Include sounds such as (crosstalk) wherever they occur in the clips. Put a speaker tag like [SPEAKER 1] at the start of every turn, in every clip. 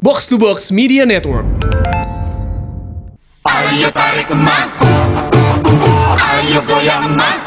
[SPEAKER 1] Box to Box Media Network.
[SPEAKER 2] Ayo tarik emak Ayo goyang emak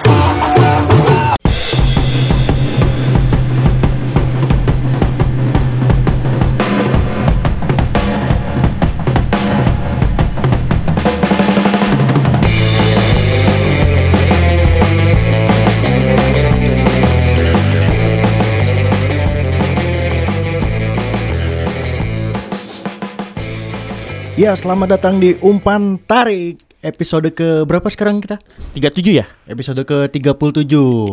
[SPEAKER 3] Ya, selamat datang di Umpan Tarik. Episode ke berapa sekarang kita?
[SPEAKER 4] 37 ya?
[SPEAKER 3] Episode ke 37.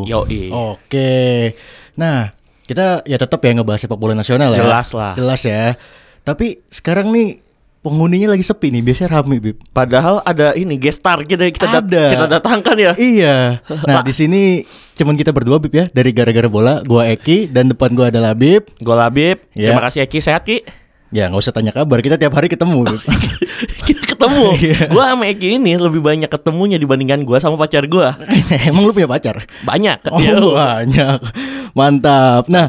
[SPEAKER 4] Yoi.
[SPEAKER 3] Oke. Nah, kita ya tetap ya ngebahas sepak bola nasional ya.
[SPEAKER 4] Jelas lah.
[SPEAKER 3] Jelas ya. Tapi sekarang nih penghuninya lagi sepi nih, biasanya rame, Bib.
[SPEAKER 4] Padahal ada ini guest target yang kita, dat-
[SPEAKER 3] Ada.
[SPEAKER 4] kita datangkan ya. (laughs)
[SPEAKER 3] Iya. Nah, di sini cuman kita berdua, Bib ya. Dari gara-gara bola, gua Eki dan depan gua ada Labib.
[SPEAKER 4] Gue Labib,
[SPEAKER 3] Ya.
[SPEAKER 4] terima kasih Eki, sehat Ki.
[SPEAKER 3] Ya, nggak usah tanya kabar, kita tiap hari ketemu. Bib.
[SPEAKER 4] (laughs)
[SPEAKER 3] (laughs)
[SPEAKER 4] kita (laughs) ketemu.
[SPEAKER 3] Iya.
[SPEAKER 4] Gue sama Eki ini lebih banyak ketemunya dibandingkan gue sama pacar gue.
[SPEAKER 3] Emang lu punya pacar?
[SPEAKER 4] Banyak. Iya.
[SPEAKER 3] Oh,
[SPEAKER 4] Yo.
[SPEAKER 3] banyak. Mantap. Nah,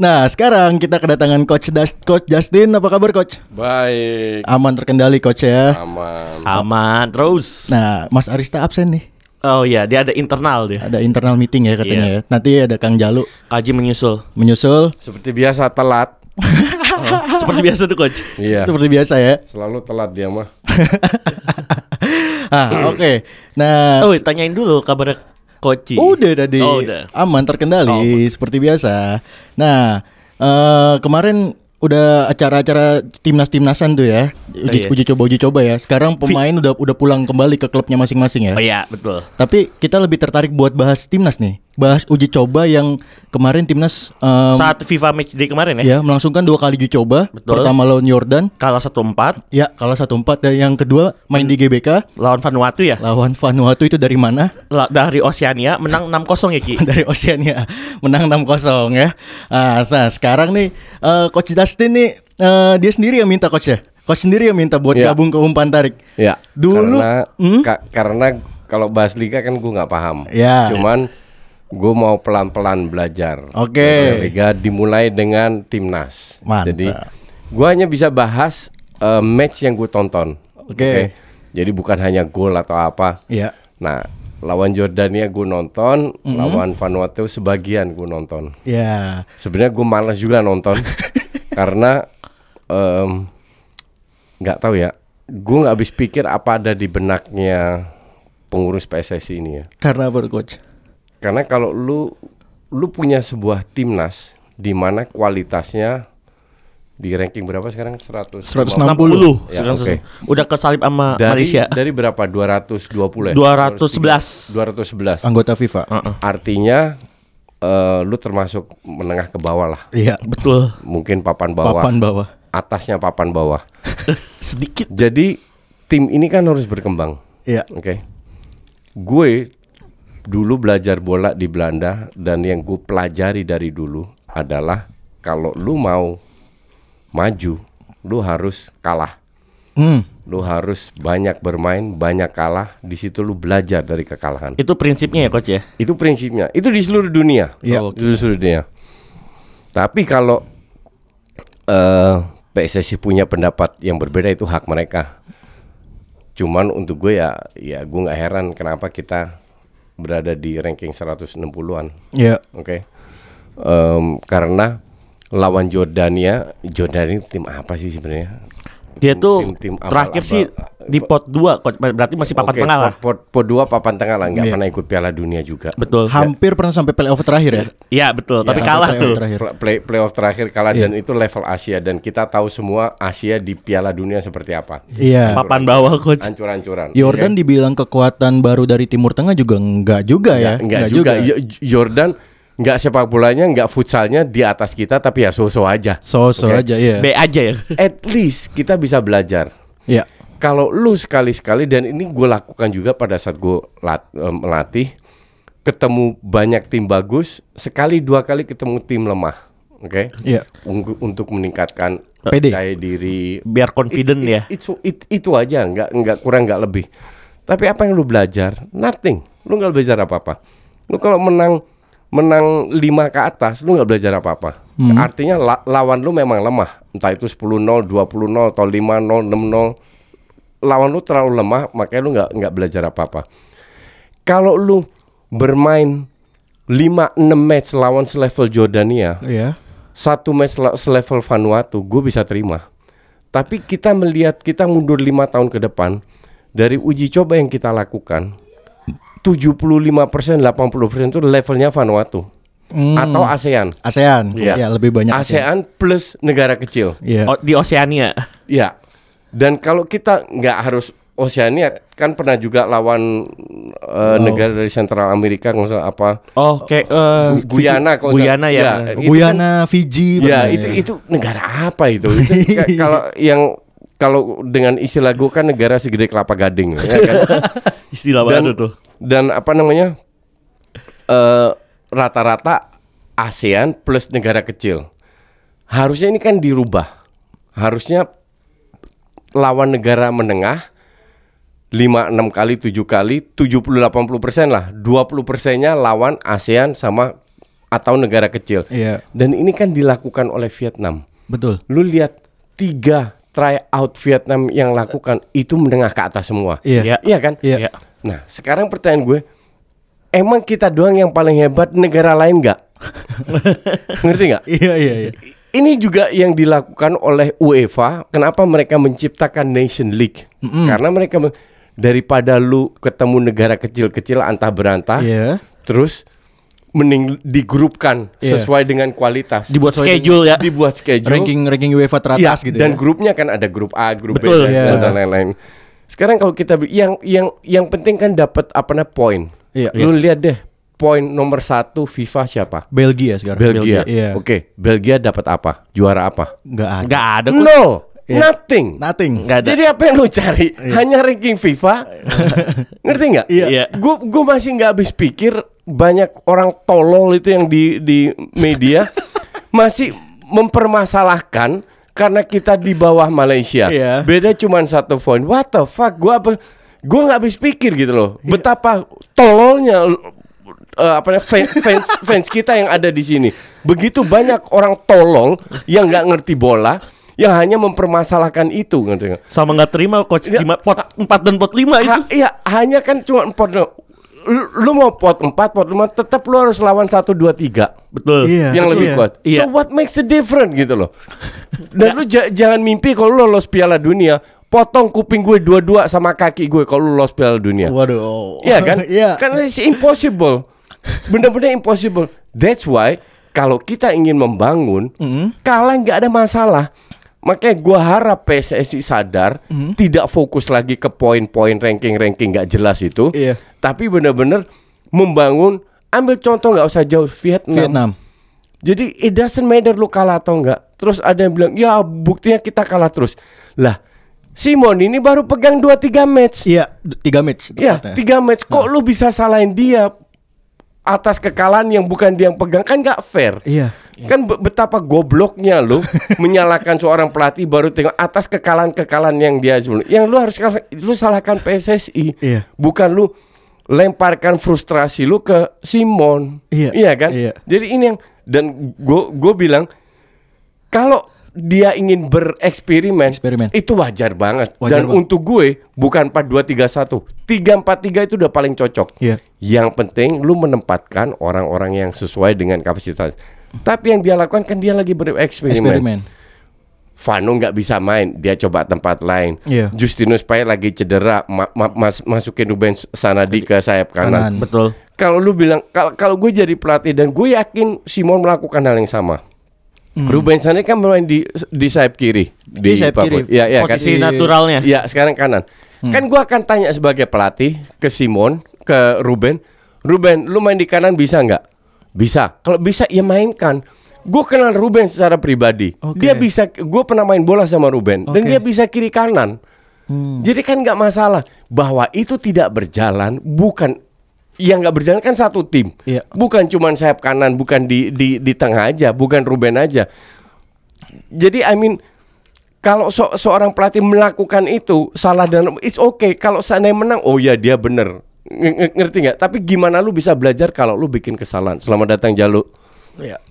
[SPEAKER 3] nah sekarang kita kedatangan coach Das- coach Justin. Apa kabar coach?
[SPEAKER 5] Baik,
[SPEAKER 3] Aman terkendali coach ya.
[SPEAKER 5] aman.
[SPEAKER 4] Aman terus.
[SPEAKER 3] Nah, Mas Arista absen nih.
[SPEAKER 4] Oh iya, dia ada internal dia.
[SPEAKER 3] Ada internal meeting ya katanya
[SPEAKER 4] Iya.
[SPEAKER 3] ya. Nanti ada Kang Jalu
[SPEAKER 4] Kaji menyusul.
[SPEAKER 3] menyusul.
[SPEAKER 5] Seperti biasa telat.
[SPEAKER 4] (laughs) Seperti biasa tuh coach.
[SPEAKER 5] Iya.
[SPEAKER 3] Seperti biasa ya. (laughs)
[SPEAKER 5] Selalu telat dia mah.
[SPEAKER 3] ah, oke. Nah,
[SPEAKER 4] Oh, tanyain dulu kabar Koci.
[SPEAKER 3] Udah tadi.
[SPEAKER 4] Oh, udah. Oh,
[SPEAKER 3] Aman terkendali seperti biasa. Nah, eh, kemarin udah acara-acara timnas-timnasan tuh ya. Uji,
[SPEAKER 4] iya.
[SPEAKER 3] uji coba uji coba ya. Sekarang pemain udah udah pulang kembali ke klubnya masing-masing ya.
[SPEAKER 4] Oh iya, betul.
[SPEAKER 3] Tapi kita lebih tertarik buat bahas timnas nih. Bahas uji coba yang kemarin timnas em,
[SPEAKER 4] Saat FIFA match day kemarin ya.
[SPEAKER 3] ya melangsungkan dua kali uji coba.
[SPEAKER 4] Betul.
[SPEAKER 3] Pertama lawan Yordan,
[SPEAKER 4] Kalah 1-4
[SPEAKER 3] ya kalah 1-4 dan yang kedua main di
[SPEAKER 4] Hmm.
[SPEAKER 3] GBK
[SPEAKER 4] lawan Vanuatu ya.
[SPEAKER 3] lawan Vanuatu itu dari mana?
[SPEAKER 4] La- dari Oceania menang 6-0 ya Ki.
[SPEAKER 3] (laughs) dari Oceania menang 6-0 ya. Ah, nah, sekarang nih eh, coach Dustin nih eh, dia sendiri yang minta coach ya. Coach sendiri yang minta buat
[SPEAKER 5] Iya.
[SPEAKER 3] gabung ke umpan tarik.
[SPEAKER 5] Ya.
[SPEAKER 3] Dulu
[SPEAKER 5] karena
[SPEAKER 3] hmm?
[SPEAKER 5] ka- karena kalau bahas liga kan gue nggak paham.
[SPEAKER 3] Ya.
[SPEAKER 5] Cuman gue mau pelan-pelan belajar.
[SPEAKER 3] Oke.
[SPEAKER 5] Dari Liga dimulai dengan timnas.
[SPEAKER 3] Mantap.
[SPEAKER 5] Jadi gue hanya bisa bahas eh, match yang gue tonton.
[SPEAKER 3] Oke.
[SPEAKER 5] Jadi bukan hanya gol atau apa.
[SPEAKER 3] Iya.
[SPEAKER 5] Nah, lawan Jordania gue nonton, lawan Vanuatu sebagian gue nonton.
[SPEAKER 3] Ya.
[SPEAKER 5] Sebenarnya gue malas juga nonton karena em, nggak tahu ya. Gue nggak habis pikir apa ada di benaknya pengurus PSSI ini ya.
[SPEAKER 3] Karena apa coach?
[SPEAKER 5] Karena kalau lu lu punya sebuah timnas di mana kualitasnya di ranking berapa sekarang 100
[SPEAKER 3] 160.
[SPEAKER 4] 60.
[SPEAKER 5] Ya,
[SPEAKER 4] Sekarang
[SPEAKER 5] oke.
[SPEAKER 4] sesuai. Udah kesalip sama
[SPEAKER 5] dari
[SPEAKER 4] Malaysia. (laughs)
[SPEAKER 5] dari berapa 220 ya 211
[SPEAKER 4] 211.
[SPEAKER 3] Anggota FIFA.
[SPEAKER 5] artinya eh, lu termasuk menengah ke bawah lah
[SPEAKER 3] Iya.
[SPEAKER 4] Betul.
[SPEAKER 5] mungkin papan bawah
[SPEAKER 3] Papan bawah.
[SPEAKER 5] atasnya papan bawah
[SPEAKER 4] Sedikit.
[SPEAKER 5] Jadi tim ini kan harus berkembang.
[SPEAKER 3] Iya.
[SPEAKER 5] Oke. Gue dulu belajar bola di Belanda dan yang gue pelajari dari dulu adalah kalau lu mau maju, lu harus kalah.
[SPEAKER 3] Hmm.
[SPEAKER 5] Lu harus banyak bermain, banyak kalah. Di situ lu belajar dari kekalahan.
[SPEAKER 4] Itu prinsipnya ya coach ya.
[SPEAKER 5] Itu prinsipnya. Itu di seluruh dunia.
[SPEAKER 3] Iya.
[SPEAKER 5] Itu Di seluruh dunia. Tapi kalau eh PSSI punya pendapat yang berbeda itu hak mereka. Cuman untuk gue ya, ya gue nggak heran kenapa kita berada di ranking 160-an.
[SPEAKER 3] Iya.
[SPEAKER 5] Oke. Em, karena lawan Jordania, Jordania tim apa sih sebenarnya?
[SPEAKER 4] Dia
[SPEAKER 5] Tim-
[SPEAKER 4] tuh
[SPEAKER 5] tim abal-
[SPEAKER 4] terakhir
[SPEAKER 5] abal-
[SPEAKER 4] sih di pot 2 coach. Berarti masih papan
[SPEAKER 5] Oke,
[SPEAKER 4] tengah lah.
[SPEAKER 5] Pot, pot- pot dua papan tengah lah, nggak
[SPEAKER 3] Iya.
[SPEAKER 5] pernah ikut Piala Dunia juga.
[SPEAKER 4] Betul.
[SPEAKER 3] Hampir pernah sampai playoff terakhir ya.
[SPEAKER 4] Iya betul. Tapi
[SPEAKER 3] Sampai
[SPEAKER 4] kalah
[SPEAKER 3] playoff
[SPEAKER 4] tuh.
[SPEAKER 3] Terakhir. Iya.
[SPEAKER 5] Pla- Play, playoff terakhir kalah dan itu level Asia dan kita tahu semua Asia di Piala Dunia seperti apa.
[SPEAKER 3] Iya.
[SPEAKER 4] Papan bawah coach.
[SPEAKER 5] Ancur-ancuran.
[SPEAKER 3] Jordan dibilang kekuatan baru dari Timur Tengah juga enggak juga ya.
[SPEAKER 5] enggak, enggak juga. Yo- Jordan enggak sepak bolanya, enggak futsalnya di atas kita tapi ya so-so aja.
[SPEAKER 3] So-so
[SPEAKER 5] Oke.
[SPEAKER 3] aja ya.
[SPEAKER 4] B aja ya. (laughs)
[SPEAKER 5] At least kita bisa belajar.
[SPEAKER 3] Iya.
[SPEAKER 5] Kalau lu sekali-sekali dan ini gue lakukan juga pada saat gue lat- eh, melatih ketemu banyak tim bagus, sekali dua kali ketemu tim lemah. Oke.
[SPEAKER 3] Iya.
[SPEAKER 5] Ung- Untuk meningkatkan
[SPEAKER 3] Pede.
[SPEAKER 5] percaya diri,
[SPEAKER 4] Biar confident
[SPEAKER 5] It-
[SPEAKER 4] ya.
[SPEAKER 5] it- Itu it- itu aja, nggak nggak kurang nggak lebih. Tapi apa yang lu belajar? Nothing. Lu nggak belajar apa-apa. Lu kalau menang menang 5 ke atas lu nggak belajar apa-apa. Artinya la- lawan lu memang lemah. Entah itu 10-0, 20-0, atau 5-0, 6-0. Lawan lu terlalu lemah, makanya lu nggak nggak belajar apa-apa. Kalau lu bermain 5-6 match lawan selevel Jordania,
[SPEAKER 3] Iya.
[SPEAKER 5] satu match le- selevel Vanuatu, gue bisa terima. Tapi kita melihat kita mundur lima tahun ke depan dari uji coba yang kita lakukan, 75% 80% itu levelnya Vanuatu
[SPEAKER 3] Hmm.
[SPEAKER 5] atau ASEAN.
[SPEAKER 3] ASEAN. Ya,
[SPEAKER 4] Iya.
[SPEAKER 3] lebih banyak ASEAN.
[SPEAKER 5] ASEAN Oh, plus negara kecil.
[SPEAKER 3] Iya.
[SPEAKER 4] O- di Oceania.
[SPEAKER 5] Ya. Dan kalau kita nggak harus Oceania kan pernah juga lawan eh, negara dari Central Amerika nggak salah apa
[SPEAKER 4] Oh, kayak eh,
[SPEAKER 5] Guyana kalau nggak-
[SPEAKER 4] Guyana ya. benar.
[SPEAKER 5] itu kan-
[SPEAKER 3] Guyana, Fiji.
[SPEAKER 5] Ya
[SPEAKER 3] pernah,
[SPEAKER 5] itu itu negara apa itu? Itu ka- kalau yang kalau dengan istilah gue kan negara segede kelapa gading, ya kan?
[SPEAKER 4] Istilah baru tuh.
[SPEAKER 5] dan apa namanya eh, rata-rata ASEAN plus negara kecil. Harusnya ini kan dirubah. Harusnya lawan negara menengah 5 6 kali 7 kali 70 80% lah. 20%-nya lawan ASEAN sama atau negara kecil.
[SPEAKER 3] Iya.
[SPEAKER 5] Dan ini kan dilakukan oleh Vietnam.
[SPEAKER 3] Betul.
[SPEAKER 5] Lu lihat tiga tryout Vietnam yang lakukan itu menengah ke atas semua.
[SPEAKER 3] Iya.
[SPEAKER 4] Iya.
[SPEAKER 5] Iya kan?
[SPEAKER 3] Iya.
[SPEAKER 4] Iya.
[SPEAKER 5] Nah, sekarang pertanyaan gue, emang kita doang yang paling hebat negara lain
[SPEAKER 3] (laughs)
[SPEAKER 5] nggak? Ngerti nggak?
[SPEAKER 3] Iya, iya, iya.
[SPEAKER 5] Ini juga yang dilakukan oleh UEFA. Kenapa mereka menciptakan Nation League? Karena mereka men- daripada lu ketemu negara kecil-kecil antah berantah,
[SPEAKER 3] Iya.
[SPEAKER 5] terus mending digrupkan
[SPEAKER 3] Iya.
[SPEAKER 5] sesuai dengan kualitas,
[SPEAKER 4] Dibuat
[SPEAKER 3] Sesuai
[SPEAKER 4] schedule ya.
[SPEAKER 5] dibuat schedule,
[SPEAKER 3] Ranking ranking UEFA
[SPEAKER 5] Iya,
[SPEAKER 3] teratas gitu
[SPEAKER 5] dan
[SPEAKER 3] ya.
[SPEAKER 5] grupnya kan ada grup A, grup B dan-
[SPEAKER 4] Betul.
[SPEAKER 3] Iya.
[SPEAKER 5] dan lain-lain. Sekarang kalau kita bi- yang yang yang penting kan dapat apa namanya poin.
[SPEAKER 3] Iya.
[SPEAKER 5] Lu
[SPEAKER 4] Yes.
[SPEAKER 5] lihat deh poin nomor satu FIFA siapa?
[SPEAKER 3] Belgia sekarang.
[SPEAKER 5] Belgia.
[SPEAKER 3] Iya.
[SPEAKER 5] Oke, Belgia dapat apa? Juara apa?
[SPEAKER 3] Enggak ada.
[SPEAKER 4] Enggak ada kok.
[SPEAKER 5] No,
[SPEAKER 3] Iya.
[SPEAKER 5] nothing.
[SPEAKER 3] Nothing.
[SPEAKER 4] Nggak ada.
[SPEAKER 5] Jadi apa yang lu cari? Hanya ranking
[SPEAKER 4] (laughs)
[SPEAKER 5] FIFA. Ngerti nggak?
[SPEAKER 3] Iya.
[SPEAKER 4] Iya.
[SPEAKER 5] Gue masih nggak habis pikir banyak orang tolol itu yang di di
[SPEAKER 4] (laughs)
[SPEAKER 5] media masih mempermasalahkan karena kita di bawah Malaysia.
[SPEAKER 3] Iya.
[SPEAKER 5] Beda cuman satu poin. What the fuck? Gue apa? Gue nggak habis pikir gitu loh. Betapa tololnya eh, apa namanya, fan- fans, fans kita yang ada di sini. Begitu banyak orang tolol yang nggak ngerti bola, yang hanya mempermasalahkan itu. Ngerti nggak?
[SPEAKER 4] Sama nggak terima coach
[SPEAKER 5] Iya.
[SPEAKER 4] lima pot 4 dan pot 5 itu.
[SPEAKER 5] Ha- iya, hanya kan cuma pot doang. lu, lu mau pot 4, pot 5 tetap lu harus lawan 1 2 3
[SPEAKER 4] Betul.
[SPEAKER 3] Iya.
[SPEAKER 5] yang lebih kuat.
[SPEAKER 4] Iya. Nah.
[SPEAKER 5] So what makes a difference gitu loh. Dan lu ja- jangan mimpi kalau lu lolos Piala Dunia, potong kuping gue dua-dua sama kaki gue kalau lu lolos Piala Dunia.
[SPEAKER 3] Waduh.
[SPEAKER 5] Iya kan?
[SPEAKER 3] (laughs) Iya.
[SPEAKER 5] Karena it's impossible. Bener-bener impossible. That's why kalau kita ingin membangun,
[SPEAKER 3] Mm-hmm.
[SPEAKER 5] kalah nggak ada masalah. Makanya gua harap PSSI sadar
[SPEAKER 3] Mm-hmm.
[SPEAKER 5] tidak fokus lagi ke poin-poin ranking-ranking nggak jelas itu,
[SPEAKER 3] Iya.
[SPEAKER 5] tapi bener-bener membangun. Ambil contoh nggak usah jauh Vietnam.
[SPEAKER 3] Vietnam.
[SPEAKER 5] Jadi it doesn't matter lu kalah atau enggak. Terus ada yang bilang, "Ya, buktinya kita kalah terus." Lah, Simon ini baru pegang 2-3 match.
[SPEAKER 3] Iya, d- tiga match.
[SPEAKER 5] Ya,
[SPEAKER 3] tepatnya. Nah.
[SPEAKER 5] tiga match. Kok lu bisa salahin dia atas kekalahan yang bukan dia yang pegang kan nggak fair.
[SPEAKER 3] Iya.
[SPEAKER 5] Kan be- betapa gobloknya
[SPEAKER 3] (laughs)
[SPEAKER 5] lu menyalahkan seorang pelatih baru tengok atas kekalahan-kekalahan yang dia sebelum. Yang lu harus kal- lu salahkan PSSI.
[SPEAKER 3] Iya.
[SPEAKER 5] Bukan lu lemparkan frustrasi lu ke Simon.
[SPEAKER 3] Iya.
[SPEAKER 5] kan?
[SPEAKER 3] Iya.
[SPEAKER 5] Jadi ini yang dan gue gue bilang kalau dia ingin bereksperimen
[SPEAKER 3] Eksperimen.
[SPEAKER 5] itu wajar banget
[SPEAKER 3] Wajar
[SPEAKER 5] dan
[SPEAKER 3] banget.
[SPEAKER 5] untuk gue bukan 4231 343 itu udah paling cocok
[SPEAKER 3] Iya.
[SPEAKER 5] yang penting lu menempatkan orang-orang yang sesuai dengan kapasitas tapi yang dia lakukan kan dia lagi bereksperimen
[SPEAKER 3] Eksperimen.
[SPEAKER 5] Vano nggak bisa main dia coba tempat lain
[SPEAKER 3] Iya.
[SPEAKER 5] Justinus Payet lagi cedera ma- ma- mas- masukin Ruben Sanadi ke sayap kanan.
[SPEAKER 3] Kanan.
[SPEAKER 4] Betul.
[SPEAKER 5] Kalau lu bilang kalau kalau gue jadi pelatih dan gue yakin Simon melakukan hal yang sama. Ruben Sanadi kan bermain di di sayap kiri di,
[SPEAKER 3] Hmm. sayap
[SPEAKER 5] Papua.
[SPEAKER 3] kiri. Hmm.
[SPEAKER 5] Iya, iya kan?
[SPEAKER 4] Posisi
[SPEAKER 3] Iya.
[SPEAKER 4] naturalnya.
[SPEAKER 5] Iya, sekarang kanan. Kan gue akan tanya sebagai pelatih ke Simon, ke Ruben. Ruben, lu main di kanan bisa nggak? Bisa. Kalau bisa ya mainkan. Gue kenal Ruben secara pribadi.
[SPEAKER 3] Oke.
[SPEAKER 5] Dia bisa. Gue pernah main bola sama Ruben dan
[SPEAKER 3] Oke.
[SPEAKER 5] dia bisa kiri kanan.
[SPEAKER 3] Hmm.
[SPEAKER 5] Jadi kan nggak masalah bahwa itu tidak berjalan bukan yang nggak berjalan kan satu tim.
[SPEAKER 3] Iya.
[SPEAKER 5] Bukan cuman sayap kanan, bukan di di di tengah aja, bukan Ruben aja. Jadi I mean kalau so- seorang pelatih melakukan itu salah dan it's okay. Kalau seandainya menang, oh ya dia bener. Ng- ng- ngerti nggak? Tapi gimana lu bisa belajar kalau lu bikin kesalahan? Selamat datang Jalu.
[SPEAKER 3] Iya.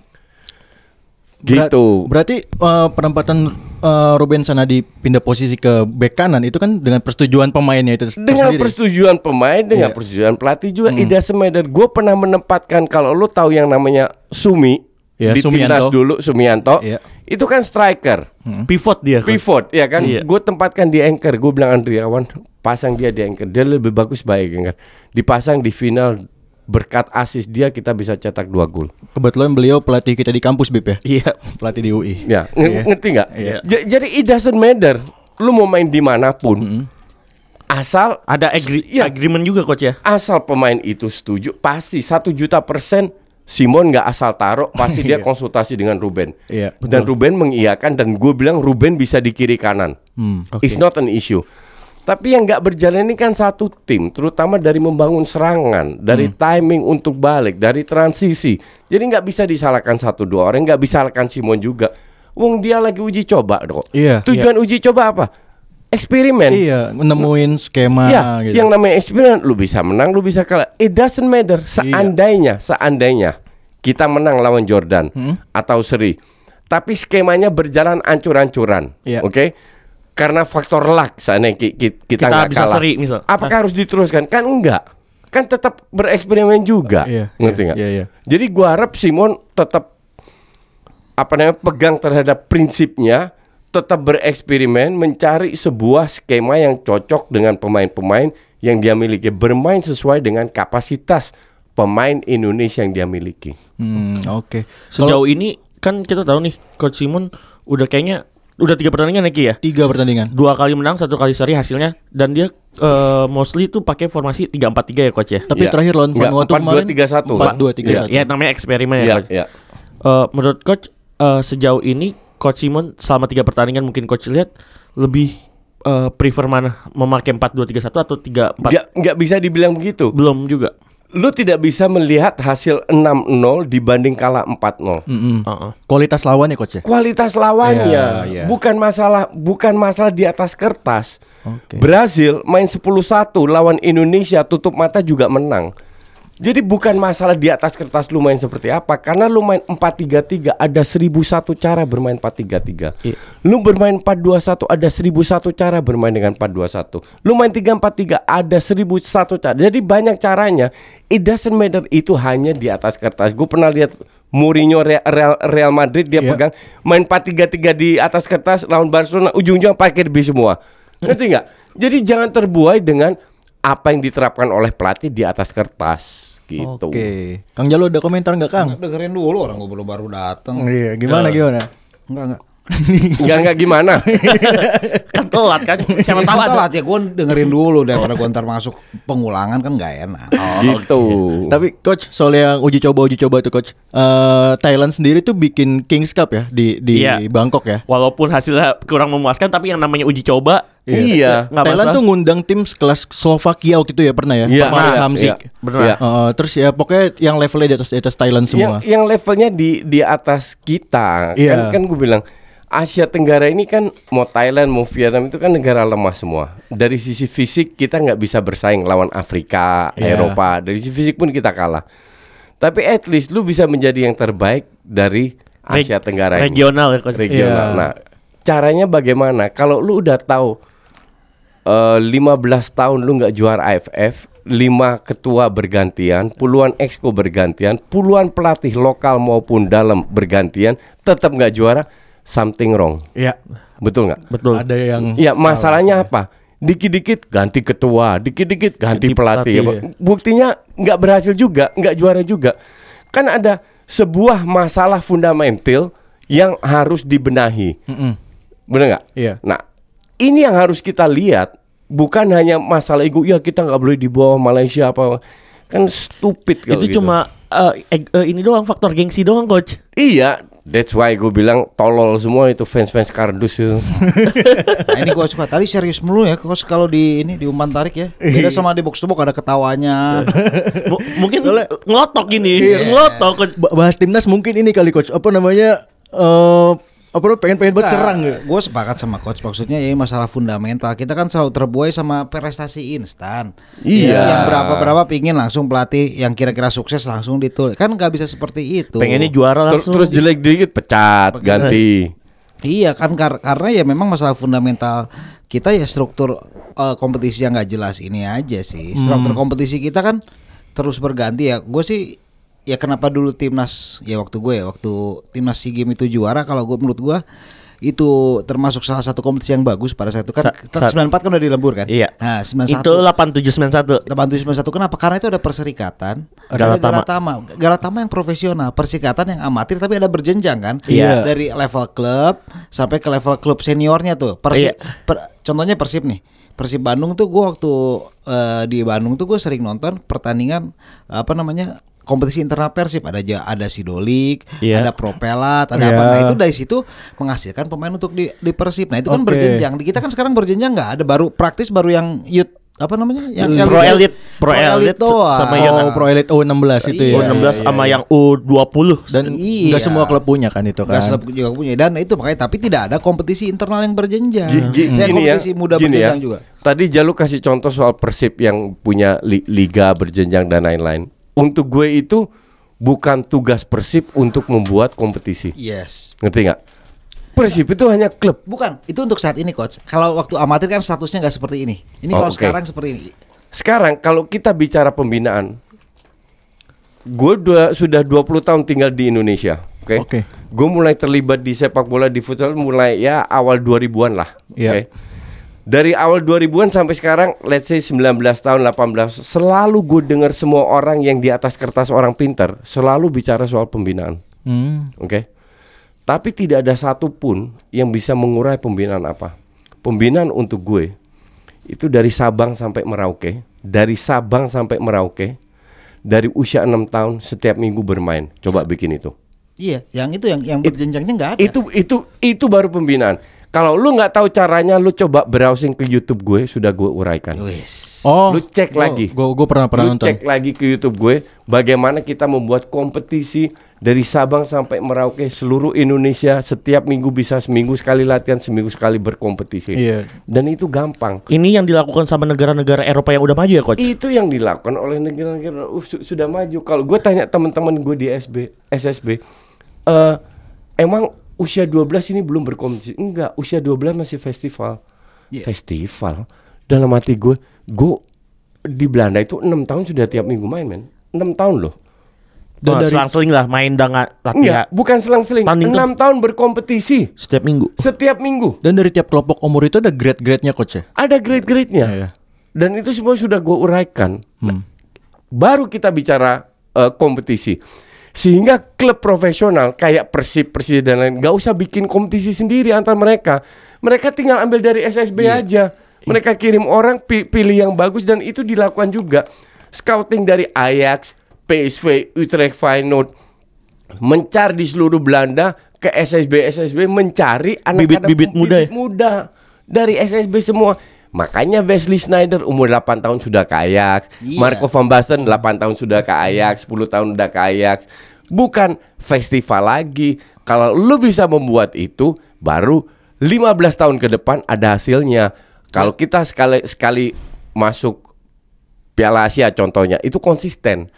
[SPEAKER 3] Berat-
[SPEAKER 5] Gitu.
[SPEAKER 3] berarti eh, penempatan eh, Ruben Sanadi pindah posisi ke bek kanan itu kan dengan persetujuan pemainnya itu
[SPEAKER 5] dengan
[SPEAKER 3] tersendiri.
[SPEAKER 5] persetujuan pemain, dengan
[SPEAKER 3] Iya.
[SPEAKER 5] persetujuan pelatih juga. Ida Semeder, gue pernah menempatkan kalau lu tahu yang namanya Sumi
[SPEAKER 3] Iya,
[SPEAKER 5] di timnas
[SPEAKER 3] Sumianto.
[SPEAKER 5] dulu Sumianto,
[SPEAKER 3] Iya.
[SPEAKER 5] itu kan striker.
[SPEAKER 4] Pivot dia. Coach.
[SPEAKER 5] pivot ya kan
[SPEAKER 4] Iya.
[SPEAKER 5] gue tempatkan di anchor gue bilang Andriawan pasang dia di anchor dia lebih bagus baik anchor dipasang di final berkat asis dia kita bisa cetak dua gol
[SPEAKER 3] Kebetulan beliau pelatih kita di kampus Bib ya.
[SPEAKER 4] Iya.
[SPEAKER 3] Pelatih di UI.
[SPEAKER 5] ya nge- ngerti nggak
[SPEAKER 4] Iya.
[SPEAKER 5] Ja- jadi it doesn't matter lu mau main dimanapun asal
[SPEAKER 4] Ada agree-
[SPEAKER 5] Iya.
[SPEAKER 4] agreement juga coach ya.
[SPEAKER 5] asal pemain itu setuju pasti satu juta persen Simon nggak asal
[SPEAKER 3] (laughs)
[SPEAKER 5] taruh pasti dia konsultasi dengan Ruben
[SPEAKER 3] Iya,
[SPEAKER 5] dan Ruben mengiyakan dan gue bilang Ruben bisa di kiri kanan
[SPEAKER 3] Hmm,
[SPEAKER 5] it's not an issue tapi yang nggak berjalan ini kan satu tim terutama dari membangun serangan dari
[SPEAKER 3] Hmm.
[SPEAKER 5] timing untuk balik dari transisi jadi nggak bisa disalahkan satu dua orang nggak bisa salahkan Simon juga Wong dia lagi uji coba kok
[SPEAKER 3] Iya.
[SPEAKER 5] tujuan uji coba apa eksperimen
[SPEAKER 3] Iya, menemuin skema
[SPEAKER 5] ya,
[SPEAKER 3] gitu.
[SPEAKER 5] yang namanya experience lu bisa menang, lu bisa kalah. It doesn't matter.
[SPEAKER 3] Iya.
[SPEAKER 5] Seandainya, seandainya kita menang lawan Jordan
[SPEAKER 3] Hmm?
[SPEAKER 5] atau seri, tapi skemanya berjalan ancur-ancuran,
[SPEAKER 3] Iya.
[SPEAKER 5] oke? Karena faktor luck seandainya ki- ki- kita,
[SPEAKER 4] Kita
[SPEAKER 5] nggak
[SPEAKER 4] bisa
[SPEAKER 5] kalah.
[SPEAKER 4] seri, misal.
[SPEAKER 5] Apakah harus diteruskan? Kan enggak. Kan tetap bereksperimen juga,
[SPEAKER 3] Iya,
[SPEAKER 5] ngerti
[SPEAKER 3] iya,
[SPEAKER 5] nggak?
[SPEAKER 3] iya, iya.
[SPEAKER 5] Jadi gua harap Simon tetap apa namanya pegang terhadap prinsipnya tetap bereksperimen mencari sebuah skema yang cocok dengan pemain-pemain yang dia miliki bermain sesuai dengan kapasitas pemain Indonesia yang dia miliki
[SPEAKER 3] Hmm, oke. Kalau
[SPEAKER 4] Sejauh ini kan kita tahu nih coach Simon udah kayaknya udah tiga pertandingan ya Ki ya.
[SPEAKER 3] tiga pertandingan.
[SPEAKER 4] Dua kali menang, satu kali seri hasilnya dan dia eh, mostly tuh pakai formasi 3-4-3 ya coach ya.
[SPEAKER 5] Iya.
[SPEAKER 3] Tapi terakhir lawan
[SPEAKER 5] Iya,
[SPEAKER 3] Vanuatu
[SPEAKER 5] 4-2-3-1.
[SPEAKER 3] 4-2-3-1.
[SPEAKER 4] Ya namanya eksperimen ya
[SPEAKER 5] Iya,
[SPEAKER 4] coach.
[SPEAKER 5] iya.
[SPEAKER 4] Eh, menurut coach eh, sejauh ini coach Simon selama tiga pertandingan mungkin coach lihat lebih eh, prefer mana memakai 4-2-3-1 atau 3-4
[SPEAKER 5] nggak nggak bisa dibilang begitu
[SPEAKER 4] belum juga.
[SPEAKER 5] lu tidak bisa melihat hasil 6-0 dibanding kalah 4-0
[SPEAKER 4] Heeh.
[SPEAKER 3] Kualitas lawan ya coach ya?
[SPEAKER 5] kualitas lawannya
[SPEAKER 3] Iya, iya.
[SPEAKER 5] bukan masalah bukan masalah di atas kertas
[SPEAKER 3] Oke.
[SPEAKER 5] Brazil main 10-1 lawan Indonesia tutup mata juga menang jadi bukan masalah di atas kertas lu main seperti apa karena lu main 4-3-3 ada 1001 cara bermain 4-3-3.
[SPEAKER 4] Iya.
[SPEAKER 5] Lu bermain 4-2-1 ada 1001 cara bermain dengan 4-2-1. Lu main 3-4-3 ada 1001 cara. Jadi banyak caranya. It doesn't matter itu hanya di atas kertas. Gue pernah lihat Mourinho Real, Real, Real Madrid dia
[SPEAKER 3] Iya.
[SPEAKER 5] pegang main 4-3-3 di atas kertas lawan Barcelona ujung-ujungnya pakai B semua. Ngerti nggak? Jadi jangan terbuai dengan apa yang diterapkan oleh pelatih di atas kertas gitu.
[SPEAKER 3] Oke. Kang Jalo ada komentar nggak Kang?
[SPEAKER 1] Dengerin dulu orang gue baru baru datang.
[SPEAKER 3] Iya, gimana gimana?
[SPEAKER 1] Enggak enggak.
[SPEAKER 5] Enggak enggak
[SPEAKER 3] (laughs)
[SPEAKER 5] gimana?
[SPEAKER 4] kan telat kan (laughs) siapa tahu
[SPEAKER 1] Tahu
[SPEAKER 4] ada
[SPEAKER 1] lah ya gue dengerin dulu daripada gue ntar masuk pengulangan kan nggak enak.
[SPEAKER 5] gitu.
[SPEAKER 3] Tapi coach, soal yang uji coba uji coba itu coach, eh, Thailand sendiri tuh bikin Kings Cup ya di di
[SPEAKER 4] Iya.
[SPEAKER 3] Bangkok ya.
[SPEAKER 4] walaupun hasilnya kurang memuaskan tapi yang namanya uji coba eh,
[SPEAKER 5] Iya.
[SPEAKER 4] nggak
[SPEAKER 3] Thailand
[SPEAKER 4] masalah.
[SPEAKER 3] tuh ngundang tim kelas Slovakia waktu itu ya pernah ya.
[SPEAKER 5] Iya,
[SPEAKER 3] Pernah
[SPEAKER 5] iya,
[SPEAKER 3] Hamsik.
[SPEAKER 5] iya.
[SPEAKER 4] Beneran.
[SPEAKER 5] Iya.
[SPEAKER 3] Eh, terus ya pokoknya yang levelnya di atas di atas Thailand semua.
[SPEAKER 5] Yang, yang levelnya di di atas kita.
[SPEAKER 3] Iya.
[SPEAKER 5] Kan kan gue bilang Asia Tenggara ini kan mau Thailand mau Vietnam itu kan negara lemah semua. Dari sisi fisik kita nggak bisa bersaing lawan Afrika,
[SPEAKER 3] Iya.
[SPEAKER 5] Eropa. Dari sisi fisik pun kita kalah. Tapi at least lu bisa menjadi yang terbaik dari
[SPEAKER 4] Reg-
[SPEAKER 5] Asia Tenggara ini.
[SPEAKER 4] regional ya coach.
[SPEAKER 5] regional.
[SPEAKER 3] Iya.
[SPEAKER 5] Nah, caranya bagaimana? Kalau lu udah tahu eh, 15 tahun lu nggak juara AFF, 5 ketua bergantian, puluhan exco bergantian, puluhan pelatih lokal maupun dalam bergantian, tetap nggak juara, something wrong.
[SPEAKER 3] Iya.
[SPEAKER 5] Betul nggak?
[SPEAKER 4] Betul.
[SPEAKER 3] Ada yang
[SPEAKER 5] Ya masalahnya apa? Dikit-dikit ganti ketua, dikit-dikit ganti
[SPEAKER 4] Ganti
[SPEAKER 5] pelatih. ya, Pak.
[SPEAKER 3] pelatih,
[SPEAKER 5] Buktinya nggak berhasil juga, nggak juara juga. Kan ada sebuah masalah fundamental yang harus dibenahi. Bener nggak?
[SPEAKER 3] Iya.
[SPEAKER 5] Nah, ini yang harus kita lihat. Bukan hanya masalah ego, ya kita nggak boleh di bawah Malaysia apa. Kan stupid kalau
[SPEAKER 4] itu
[SPEAKER 5] gitu.
[SPEAKER 4] cuma eh, eg- eh, ini doang faktor gengsi doang coach.
[SPEAKER 5] Iya, that's why gue bilang tolol semua itu fans-fans kardus itu.
[SPEAKER 1] Nah, ini gue suka tadi serius mulu ya coach kalau di ini di umpan tarik ya. Beda sama di box to box ada ketawanya.
[SPEAKER 4] M- mungkin ngelotok gini, ngelotok coach.
[SPEAKER 3] Ba- bahas timnas mungkin ini kali coach apa namanya eh apa lu pengen-pengen
[SPEAKER 1] Nah.
[SPEAKER 3] buat serang gitu.
[SPEAKER 1] Gue sepakat sama coach maksudnya ya masalah fundamental. Kita kan selalu terbuai sama prestasi instan.
[SPEAKER 5] Iya.
[SPEAKER 1] Ya, Yang berapa berapa pingin langsung pelatih yang kira-kira sukses langsung ditulis. Kan nggak bisa seperti itu.
[SPEAKER 4] Pengennya (laughs) juara
[SPEAKER 5] Ter-
[SPEAKER 4] langsung.
[SPEAKER 5] terus jelek dikit pecat, ganti.
[SPEAKER 1] Iya kan kar- karena ya memang masalah fundamental kita ya struktur eh, kompetisi yang nggak jelas ini aja sih.
[SPEAKER 4] Hmm.
[SPEAKER 1] Struktur kompetisi kita kan terus berganti ya. Gue sih ya kenapa dulu timnas ya waktu gue ya waktu timnas SEA Games itu juara kalau gue menurut gue itu termasuk salah satu kompetisi yang bagus pada saat itu kan
[SPEAKER 4] Sa- sa-
[SPEAKER 1] 94 kan udah dilembur kan.
[SPEAKER 4] Iya.
[SPEAKER 1] Nah, Iya, 91
[SPEAKER 4] Itu 8791.
[SPEAKER 1] 8791 kenapa? Karena itu ada perserikatan,
[SPEAKER 4] Galatama.
[SPEAKER 1] ada Galatama. Galatama yang profesional, perserikatan yang amatir tapi ada berjenjang kan?
[SPEAKER 3] Iya.
[SPEAKER 1] Dari level klub sampai ke level klub seniornya tuh. Persib
[SPEAKER 4] Iya.
[SPEAKER 1] per- contohnya Persib nih. Persib Bandung tuh gua waktu eh, di Bandung tuh gue sering nonton pertandingan apa namanya? kompetisi internal Persib ada ja- ada Sidolik,
[SPEAKER 4] Iya.
[SPEAKER 1] ada Propelat, ada apa
[SPEAKER 3] Iya.
[SPEAKER 1] nah itu dari situ menghasilkan pemain untuk di, di Persib. Nah, itu kan
[SPEAKER 3] Oke.
[SPEAKER 1] berjenjang. Di kita kan sekarang berjenjang nggak ada baru praktis baru yang youth apa namanya? yang
[SPEAKER 4] Pro elite. Pro elite
[SPEAKER 1] doang.
[SPEAKER 4] sama yang
[SPEAKER 3] Oh, Pro Elite U16 itu ya.
[SPEAKER 1] Iya,
[SPEAKER 4] U16 sama yang U20.
[SPEAKER 3] Dan
[SPEAKER 1] Iya.
[SPEAKER 3] nggak semua klub punya kan itu
[SPEAKER 1] Nggak
[SPEAKER 3] kan.
[SPEAKER 1] seleb juga punya dan itu makanya tapi tidak ada kompetisi internal yang berjenjang.
[SPEAKER 5] Gi- gi-
[SPEAKER 1] Nah. Saya
[SPEAKER 5] gini ya,
[SPEAKER 1] kompetisi muda
[SPEAKER 5] gini
[SPEAKER 1] berjenjang juga.
[SPEAKER 5] Tadi Jalu kasih contoh soal Persib yang punya li- liga berjenjang dan lain-lain. Untuk gue itu bukan tugas Persib untuk membuat kompetisi.
[SPEAKER 1] Yes.
[SPEAKER 5] Ngerti nggak? Persib itu hanya klub.
[SPEAKER 1] Bukan, itu untuk saat ini coach. Kalau waktu amatir kan statusnya nggak seperti ini. Ini
[SPEAKER 5] Oh,
[SPEAKER 1] kalau
[SPEAKER 5] oke.
[SPEAKER 1] sekarang seperti ini.
[SPEAKER 5] Sekarang kalau kita bicara pembinaan, gue dua, sudah 20 tahun tinggal di Indonesia, oke?
[SPEAKER 3] Oke.
[SPEAKER 5] Gue mulai terlibat di sepak bola di futsal mulai ya awal 2000-an lah, oke?
[SPEAKER 3] Iya.
[SPEAKER 5] Dari awal 2000-an sampai sekarang, let's say 19 tahun, 18, selalu gue dengar semua orang yang di atas kertas orang pintar selalu bicara soal pembinaan,
[SPEAKER 3] Hmm.
[SPEAKER 5] oke? Tapi tidak ada satupun yang bisa mengurai pembinaan apa. Pembinaan untuk gue itu dari Sabang sampai Merauke, dari Sabang sampai Merauke, dari usia enam tahun setiap minggu bermain. Coba bikin itu.
[SPEAKER 1] Iya, yang itu yang yang berjenjangnya nggak ada.
[SPEAKER 5] Itu itu itu baru pembinaan. Kalau lu nggak tahu caranya, lu coba browsing ke YouTube gue sudah gue uraikan.
[SPEAKER 1] Wis.
[SPEAKER 3] Oh,
[SPEAKER 5] Lu cek
[SPEAKER 3] gua-
[SPEAKER 5] lagi.
[SPEAKER 3] Gua gua pernah pernah
[SPEAKER 5] Lu
[SPEAKER 3] nonton.
[SPEAKER 5] cek lagi ke YouTube gue bagaimana kita membuat kompetisi dari Sabang sampai Merauke seluruh Indonesia setiap minggu bisa seminggu sekali latihan seminggu sekali berkompetisi
[SPEAKER 3] Iya.
[SPEAKER 5] dan itu gampang
[SPEAKER 4] Ini yang dilakukan sama negara-negara Eropa yang udah maju ya coach?
[SPEAKER 5] itu yang dilakukan oleh negara-negara uh, su- sudah maju kalau gue tanya teman-teman gue di SB SSB eh, emang usia 12 ini belum berkompetisi enggak usia 12 masih festival
[SPEAKER 3] Iya.
[SPEAKER 5] festival dalam hati gue gue di Belanda itu enam tahun sudah tiap minggu main men 6 tahun loh
[SPEAKER 4] Dan selang-seling lah main dengan
[SPEAKER 5] Enggak,
[SPEAKER 4] latihan
[SPEAKER 5] bukan selang-seling
[SPEAKER 4] Tanding tuh-
[SPEAKER 5] 6 tahun berkompetisi
[SPEAKER 4] setiap minggu.
[SPEAKER 5] setiap minggu
[SPEAKER 3] Dan dari tiap kelompok umur itu ada grade-grade-nya coach ya.
[SPEAKER 5] ada grade-grade-nya
[SPEAKER 3] Iya. Hmm.
[SPEAKER 5] dan itu semua sudah gue uraikan baru kita bicara eh, kompetisi sehingga klub profesional kayak Persib, Persija dan lain nggak usah bikin kompetisi sendiri antar mereka mereka tinggal ambil dari SSB
[SPEAKER 4] Iya.
[SPEAKER 5] aja mereka kirim orang pi- pilih yang bagus dan itu dilakukan juga scouting dari Ajax, PSV, Utrecht Feyenoord mencar di seluruh Belanda ke SSB SSB mencari anak-anak
[SPEAKER 4] Bibit-bibit muda ya?
[SPEAKER 5] muda dari SSB semua. Makanya Wesley Snyder umur 8 tahun sudah ke Ajax,
[SPEAKER 1] Iya.
[SPEAKER 5] Marco van Basten 8 tahun sudah ke Ajax, 10 tahun udah ke Ajax. Bukan festival lagi. Kalau lu bisa membuat itu baru 15 tahun ke depan ada hasilnya. Kalau kita sekali sekali masuk Piala Asia contohnya itu konsisten.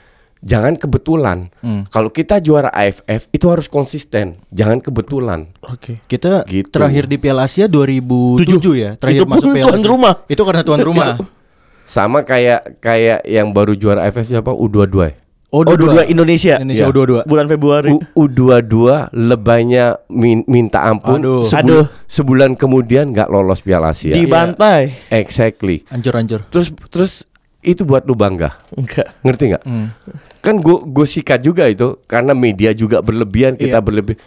[SPEAKER 5] Jangan kebetulan. Kalau kita juara AFF itu harus konsisten, jangan kebetulan.
[SPEAKER 4] Oke.
[SPEAKER 3] Kita
[SPEAKER 5] Gitu.
[SPEAKER 3] terakhir di Piala Asia 2007 ya, terakhir
[SPEAKER 4] Itu pun tuan
[SPEAKER 3] Asia.
[SPEAKER 4] rumah.
[SPEAKER 3] Itu karena tuan rumah.
[SPEAKER 5] Sama kayak kayak yang baru juara AFF siapa? U22. ya?
[SPEAKER 3] Oh,
[SPEAKER 4] U22 Indonesia.
[SPEAKER 3] Indonesia
[SPEAKER 5] Iya.
[SPEAKER 3] U22.
[SPEAKER 4] Bulan Februari.
[SPEAKER 5] U- U22 lebaynya min- minta ampun.
[SPEAKER 3] Aduh.
[SPEAKER 5] Sebul-
[SPEAKER 4] Aduh.
[SPEAKER 5] Sebulan kemudian nggak lolos Piala Asia.
[SPEAKER 4] Dibantai.
[SPEAKER 5] Exactly.
[SPEAKER 3] Anjur anjur.
[SPEAKER 5] Terus terus itu buat lu bangga.
[SPEAKER 4] Enggak.
[SPEAKER 5] Ngerti nggak?
[SPEAKER 3] Hmm.
[SPEAKER 5] Kan gue gue sikat juga itu karena media juga berlebihan,
[SPEAKER 3] Iya.
[SPEAKER 5] kita berlebih.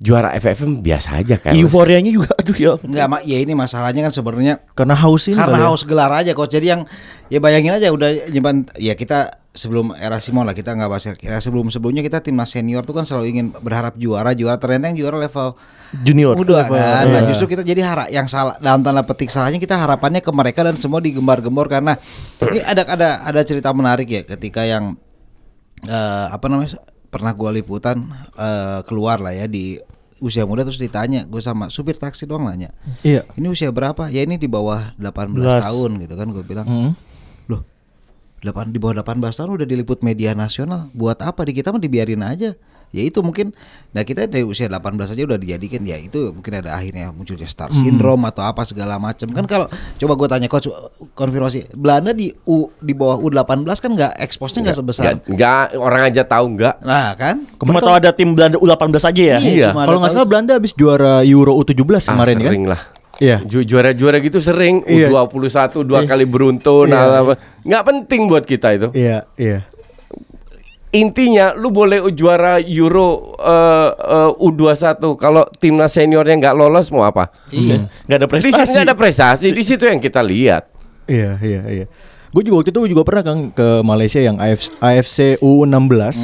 [SPEAKER 5] Juara FFM biasa aja kan.
[SPEAKER 4] Euforianya juga aduh ya.
[SPEAKER 1] Nggak, Ma- ya ini masalahnya kan sebenarnya
[SPEAKER 3] Karena haus ini. kali
[SPEAKER 1] karena
[SPEAKER 3] ya.
[SPEAKER 1] haus gelar aja coach jadi yang ya bayangin aja udah nyimpan ya kita sebelum era Simon lah kita nggak bahas era sebelum sebelumnya kita timnas senior tuh kan selalu ingin berharap juara juara ternyata yang juara level
[SPEAKER 4] Junior.
[SPEAKER 1] muda
[SPEAKER 3] Iya.
[SPEAKER 1] kan nah justru kita jadi harap yang salah dalam tanda petik salahnya kita harapannya ke mereka dan semua digembar-gembor karena ini ada ada ada cerita menarik ya ketika yang eh, apa namanya pernah gua liputan eh, keluar lah ya di usia muda terus ditanya gue sama supir taksi doang nanya
[SPEAKER 3] Iya.
[SPEAKER 1] ini usia berapa ya ini di bawah 18
[SPEAKER 4] Belas.
[SPEAKER 1] tahun gitu kan gue bilang
[SPEAKER 3] Hmm.
[SPEAKER 1] loh 8 di bawah 18 tahun udah diliput media nasional buat apa di kita mah dibiarin aja ya itu mungkin nah kita dari usia 18 aja udah dijadikan ya itu mungkin ada akhirnya munculnya star
[SPEAKER 3] Hmm.
[SPEAKER 1] syndrome atau apa segala macam kan kalau coba gue tanya coach konfirmasi Belanda di U di bawah U18 kan nggak eksposnya nggak
[SPEAKER 5] Nggak-
[SPEAKER 1] sebesar
[SPEAKER 5] nggak, orang aja tahu nggak
[SPEAKER 1] nah kan
[SPEAKER 4] Cuma tau ada tim Belanda U18 aja ya.
[SPEAKER 5] Iya.
[SPEAKER 3] Kalau
[SPEAKER 1] cuma ada
[SPEAKER 3] nggak
[SPEAKER 1] tahu-
[SPEAKER 3] salah Belanda habis juara Euro U17
[SPEAKER 5] Ah,
[SPEAKER 3] kemarin kan?
[SPEAKER 5] sering lah.
[SPEAKER 3] Iya.
[SPEAKER 5] Ju- Juara-juara gitu sering
[SPEAKER 3] Iya.
[SPEAKER 5] U21 dua kali beruntun
[SPEAKER 3] Iya.
[SPEAKER 5] apa- apa. nggak penting buat kita itu.
[SPEAKER 3] Iya, iya.
[SPEAKER 5] Intinya lu boleh juara Euro eh, eh, U21 kalau timnas seniornya nggak lolos mau apa?
[SPEAKER 4] Iya. Gak ada
[SPEAKER 5] Di
[SPEAKER 4] prestasi.
[SPEAKER 5] sini ada prestasi, di situ yang kita lihat.
[SPEAKER 3] Iya, iya, iya. Gue juga waktu itu juga pernah kan ke Malaysia yang AFC, AFC U16.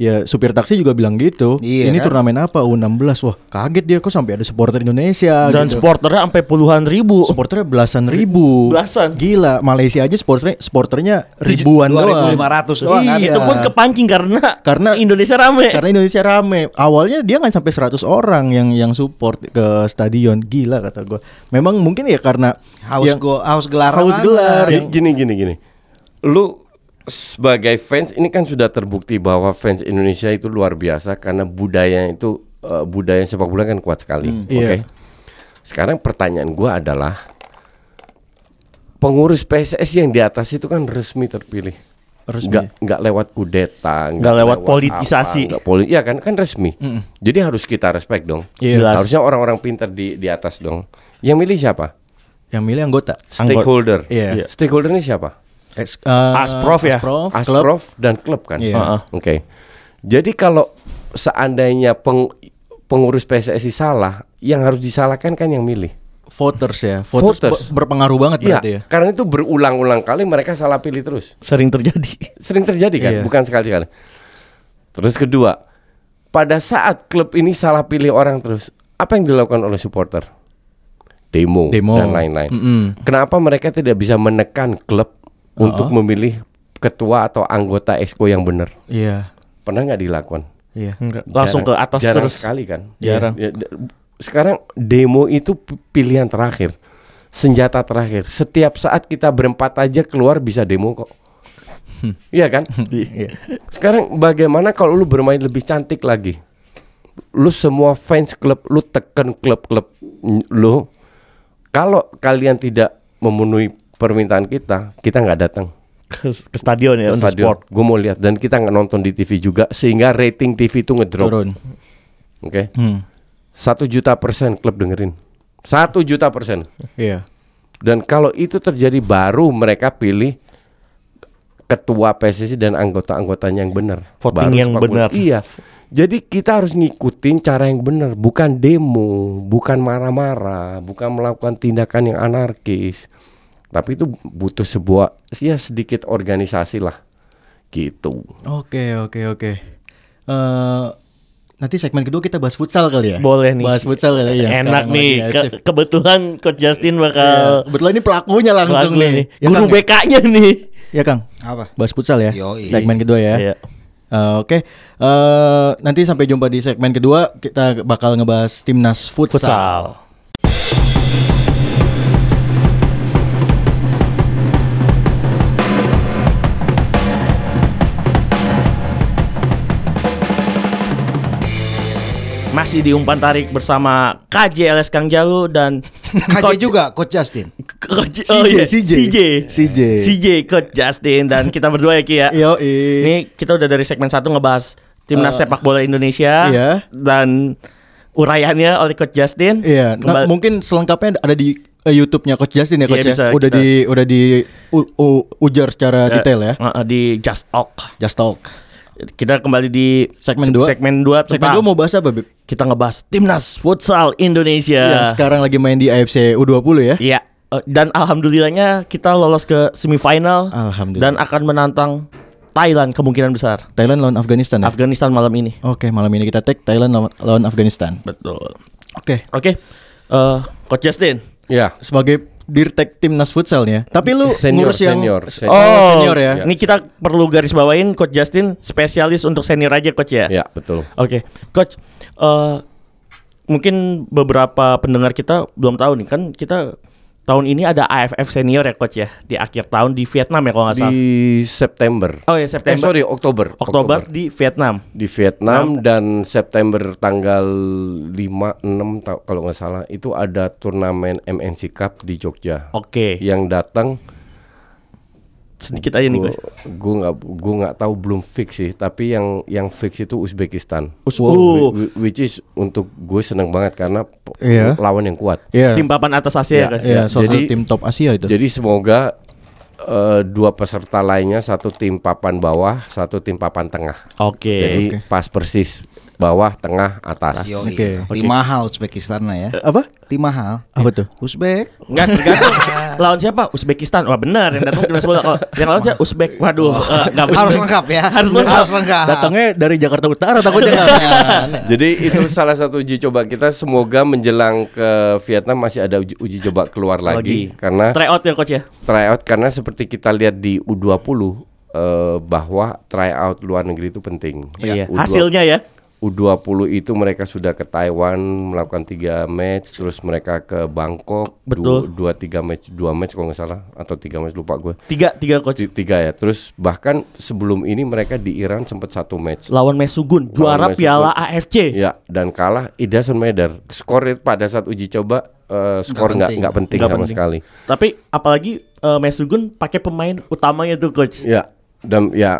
[SPEAKER 3] Ya, supir taksi juga bilang gitu.
[SPEAKER 1] Iya,
[SPEAKER 3] Ini
[SPEAKER 1] kan?
[SPEAKER 3] turnamen apa U16? Wah, kaget dia kok sampai ada supporter Indonesia
[SPEAKER 4] Dan
[SPEAKER 3] gitu.
[SPEAKER 4] supporternya sampai puluhan ribu.
[SPEAKER 3] supporternya belasan ribu.
[SPEAKER 4] Belasan.
[SPEAKER 3] Gila, Malaysia aja supporternya supporternya ribuan doang.
[SPEAKER 1] 2.500 doang kan?
[SPEAKER 3] Iya.
[SPEAKER 4] Itu pun kepancing karena
[SPEAKER 3] Karena-
[SPEAKER 4] Indonesia rame.
[SPEAKER 3] Karena Indonesia rame. Awalnya dia nggak sampai 100 orang yang yang support ke stadion. Gila kata gua. Memang mungkin ya karena
[SPEAKER 1] haus
[SPEAKER 3] yang-
[SPEAKER 1] go kan? haus gelar
[SPEAKER 3] haus
[SPEAKER 1] apa?
[SPEAKER 3] gelar.
[SPEAKER 5] Gi- Gini gini gini. Lu sebagai fans ini kan sudah terbukti bahwa fans Indonesia itu luar biasa karena budaya itu eh, budaya sepak bola kan kuat sekali. Oke.
[SPEAKER 3] iya.
[SPEAKER 5] Sekarang pertanyaan gua adalah pengurus PSSI yang di atas itu kan resmi terpilih.
[SPEAKER 3] Resmi.
[SPEAKER 5] Nggak, nggak lewat kudeta,
[SPEAKER 4] Nggak lewat politisasi.
[SPEAKER 5] Apa, nggak poli- iya kan kan resmi. Jadi harus kita respect dong.
[SPEAKER 3] Iya.
[SPEAKER 4] Jelas.
[SPEAKER 5] Harusnya orang-orang pintar di di atas dong. Yang milih siapa?
[SPEAKER 3] Yang milih anggota.
[SPEAKER 5] Stakeholder.
[SPEAKER 3] Iya.
[SPEAKER 5] Stakeholder ini siapa?
[SPEAKER 3] Ex- eh,
[SPEAKER 4] Asprof ya?
[SPEAKER 3] Asprof, klub.
[SPEAKER 5] Asprof dan klub kan.
[SPEAKER 3] Iya.
[SPEAKER 5] Heeh. Oke. Jadi kalau seandainya peng- pengurus PSSI salah, yang harus disalahkan kan yang milih.
[SPEAKER 3] voters ya. Voters,
[SPEAKER 5] Voters.
[SPEAKER 3] be- berpengaruh banget
[SPEAKER 5] Iya.
[SPEAKER 3] berarti ya.
[SPEAKER 5] Karena itu berulang-ulang kali mereka salah pilih terus.
[SPEAKER 4] Sering terjadi.
[SPEAKER 5] Sering terjadi kan,
[SPEAKER 3] Iya.
[SPEAKER 5] bukan sekali-kali. Terus kedua, pada saat klub ini salah pilih orang terus, apa yang dilakukan oleh supporter? Demo,
[SPEAKER 3] Demo.
[SPEAKER 5] dan lain-lain.
[SPEAKER 3] Mm-mm.
[SPEAKER 5] Kenapa mereka tidak bisa menekan klub untuk memilih ketua atau anggota exco yang benar?
[SPEAKER 3] Iya.
[SPEAKER 5] Pernah nggak dilakukan?
[SPEAKER 3] Iya.
[SPEAKER 4] Langsung ke
[SPEAKER 5] Jarang-
[SPEAKER 4] atas
[SPEAKER 5] jarang
[SPEAKER 4] terus. Iya.
[SPEAKER 5] sekali kan
[SPEAKER 4] Jarang.
[SPEAKER 5] Ya, d- sekarang demo itu p- pilihan terakhir senjata terakhir setiap saat kita berempat aja keluar bisa demo
[SPEAKER 4] (laughs)
[SPEAKER 5] kok Iya kan
[SPEAKER 3] Iya.
[SPEAKER 5] sekarang bagaimana kalau lu bermain lebih cantik lagi lu semua fans klub lu tekan klub-klub n- lu kalau kalian tidak memenuhi permintaan kita kita nggak datang
[SPEAKER 4] Ke, ke stadion ya
[SPEAKER 5] ke
[SPEAKER 4] untuk
[SPEAKER 5] stadion
[SPEAKER 4] sport.
[SPEAKER 5] gue mau lihat dan kita nggak nonton di TV juga sehingga rating TV itu ngedrop oke
[SPEAKER 3] Turun. Hmm.
[SPEAKER 5] satu juta persen klub dengerin satu juta persen
[SPEAKER 3] Iya.
[SPEAKER 5] dan kalau itu terjadi baru mereka pilih ketua PSSI dan anggota-anggotanya yang benar
[SPEAKER 4] Voting
[SPEAKER 5] Baru
[SPEAKER 4] yang
[SPEAKER 5] sepak bola.
[SPEAKER 4] benar.
[SPEAKER 5] iya jadi kita harus ngikutin cara yang benar bukan demo bukan marah-marah bukan melakukan tindakan yang anarkis tapi itu butuh sebuah ya sedikit organisasi lah gitu
[SPEAKER 3] Oke, oke, oke. Eh nanti segmen kedua kita bahas futsal kali ya.
[SPEAKER 4] Boleh nih.
[SPEAKER 3] Bahas futsal kali ya. yang
[SPEAKER 4] Enak
[SPEAKER 3] sekarang
[SPEAKER 4] nih.
[SPEAKER 3] lagi
[SPEAKER 4] Ke-
[SPEAKER 3] AFC.
[SPEAKER 4] kebetulan Coach Justin
[SPEAKER 3] Iya.
[SPEAKER 4] bakal
[SPEAKER 3] Kebetulan ini pelakunya langsung
[SPEAKER 4] lagu
[SPEAKER 3] nih. Ya,
[SPEAKER 4] Guru
[SPEAKER 3] Kang, ya?
[SPEAKER 4] BK-nya nih.
[SPEAKER 3] Ya Kang.
[SPEAKER 1] apa
[SPEAKER 3] Bahas futsal ya.
[SPEAKER 1] Yoi.
[SPEAKER 3] Segmen kedua ya.
[SPEAKER 4] Iya.
[SPEAKER 3] Eh, Oke, Eh, nanti sampai jumpa di segmen kedua kita bakal ngebahas timnas futsal.
[SPEAKER 4] Futsal. Masih diumpan tarik bersama KJLS Kang Jalu dan
[SPEAKER 1] KJ juga coach Justin
[SPEAKER 4] Coach-
[SPEAKER 3] CJ,
[SPEAKER 4] oh iya,
[SPEAKER 3] CJ.
[SPEAKER 4] CJ.
[SPEAKER 3] CJ.
[SPEAKER 4] CJ, Coach Justin dan kita berdua ya Ki ya.
[SPEAKER 3] Yoi.
[SPEAKER 4] Ini kita udah dari segmen satu ngebahas timnas sepak bola Indonesia
[SPEAKER 3] Eh, iya.
[SPEAKER 4] dan uraiannya oleh Coach Justin.
[SPEAKER 3] Iya, nah,
[SPEAKER 4] Kembali-
[SPEAKER 3] mungkin selengkapnya ada di eh, YouTube-nya Coach Justin ya
[SPEAKER 4] Iya,
[SPEAKER 3] Coach ya?
[SPEAKER 4] bisa
[SPEAKER 3] Udah
[SPEAKER 4] kita-
[SPEAKER 3] di udah di u- u- ujar secara detail ya.
[SPEAKER 4] Heeh, Eh, di Just Talk.
[SPEAKER 3] Just Talk.
[SPEAKER 4] Kita kembali di
[SPEAKER 3] Segmen
[SPEAKER 4] se-
[SPEAKER 3] 2.
[SPEAKER 4] Segmen 2
[SPEAKER 3] Segmen
[SPEAKER 4] tentang
[SPEAKER 3] 2 mau bahas apa, Bib?
[SPEAKER 4] kita ngebahas timnas futsal Indonesia.
[SPEAKER 3] Yang sekarang lagi main di AFC U20 ya.
[SPEAKER 4] Ya. Iya. eh, Dan alhamdulillahnya kita lolos ke semifinal
[SPEAKER 3] Alhamdulillah.
[SPEAKER 4] dan akan menantang Thailand kemungkinan besar.
[SPEAKER 3] Thailand lawan Afghanistan. ya?
[SPEAKER 4] Afghanistan malam ini.
[SPEAKER 3] Oke, malam ini kita take Thailand lawan- lawan Afghanistan.
[SPEAKER 4] Betul.
[SPEAKER 3] Oke,
[SPEAKER 4] Oke. eh, Coach Justin.
[SPEAKER 5] ya
[SPEAKER 3] sebagai dirtek timnas futsal nih ya. Tapi lu
[SPEAKER 5] Senior,
[SPEAKER 3] ngurus yang
[SPEAKER 5] senior, senior.
[SPEAKER 3] Oh, senior ya.
[SPEAKER 4] Ini kita perlu garis bawain Coach Iya, Justin spesialis untuk senior aja ya? Coach ya.
[SPEAKER 5] ya betul
[SPEAKER 4] Oke, Coach eh, mungkin beberapa pendengar kita belum tahu nih kan kita tahun ini ada AFF senior ya coach ya di akhir tahun di Vietnam ya kalau nggak salah.
[SPEAKER 5] di September.
[SPEAKER 4] Oh ya
[SPEAKER 5] Eh
[SPEAKER 4] September.
[SPEAKER 5] sorry Oktober.
[SPEAKER 4] Oktober, di Vietnam.
[SPEAKER 5] di Vietnam dan September tanggal 5 6 ta- kalau nggak salah itu ada turnamen MNC Cup di Jogja.
[SPEAKER 4] Oke.
[SPEAKER 5] Yang datang
[SPEAKER 4] Sedikit aja nih
[SPEAKER 5] Ya.
[SPEAKER 4] coach.
[SPEAKER 5] gue nggak gue nggak tahu belum fix sih, tapi yang yang fix itu Uzbekistan.
[SPEAKER 4] Us-
[SPEAKER 5] Wh-
[SPEAKER 4] uh,
[SPEAKER 5] wh- Which is untuk gue seneng banget karena p-
[SPEAKER 3] Iya.
[SPEAKER 5] lawan yang kuat.
[SPEAKER 3] Iya.
[SPEAKER 4] tim papan atas Asia ya, coach.
[SPEAKER 3] Iya, salah
[SPEAKER 5] Jadi-
[SPEAKER 3] satu tim top Asia itu.
[SPEAKER 5] Jadi semoga eh, dua peserta lainnya satu tim papan bawah, satu tim papan tengah.
[SPEAKER 4] Oke.
[SPEAKER 5] Jadi pas persis bawah, tengah, atas.
[SPEAKER 1] Yo,
[SPEAKER 3] Oke. Eh,
[SPEAKER 1] Tim mahal Uzbekistan lah ya.
[SPEAKER 3] apa?
[SPEAKER 1] Tim mahal.
[SPEAKER 3] Apa tuh?
[SPEAKER 1] Uzbek.
[SPEAKER 4] Enggak tergantung (laughs) lawan siapa? Uzbekistan. Wah benar yang datang timnas bola. Kalau yang lawan siapa? Uzbek. Waduh, eh, enggak
[SPEAKER 1] Harus
[SPEAKER 4] Uzbek.
[SPEAKER 1] lengkap ya.
[SPEAKER 4] Harus lengkap.
[SPEAKER 1] Harus
[SPEAKER 5] Ah.
[SPEAKER 1] lengkap. Oh,
[SPEAKER 3] Datangnya dari Jakarta Utara takutnya.
[SPEAKER 1] Jangan.
[SPEAKER 5] Jadi itu salah satu uji coba kita. Semoga menjelang ke Vietnam masih ada uji, uji coba keluar lagi, karena
[SPEAKER 4] tryout ya coach ya.
[SPEAKER 5] tryout karena seperti kita lihat di U20 eh, bahwa tryout luar negeri itu penting.
[SPEAKER 4] Iya.
[SPEAKER 5] U20
[SPEAKER 4] Hasilnya ya.
[SPEAKER 5] U20 itu mereka sudah ke Taiwan melakukan tiga match, terus mereka ke Bangkok dua,
[SPEAKER 4] Betul.
[SPEAKER 5] dua tiga match, dua match kalau nggak salah atau tiga match lupa gue.
[SPEAKER 4] Tiga tiga coach.
[SPEAKER 5] Ti- Tiga ya. Terus bahkan sebelum ini mereka di Iran sempat satu match.
[SPEAKER 4] Lawan Mesugun
[SPEAKER 5] Lawan
[SPEAKER 4] juara
[SPEAKER 5] Mesugun.
[SPEAKER 4] Piala AFC.
[SPEAKER 5] Ya, dan kalah it doesn't matter. Skor it pada saat uji coba eh, skor nggak
[SPEAKER 1] penting.
[SPEAKER 5] nggak penting
[SPEAKER 4] Nggak
[SPEAKER 5] sama
[SPEAKER 4] penting.
[SPEAKER 5] sekali.
[SPEAKER 4] Tapi apalagi eh, Mesugun pakai pemain utamanya tuh coach.
[SPEAKER 5] Ya, dan ya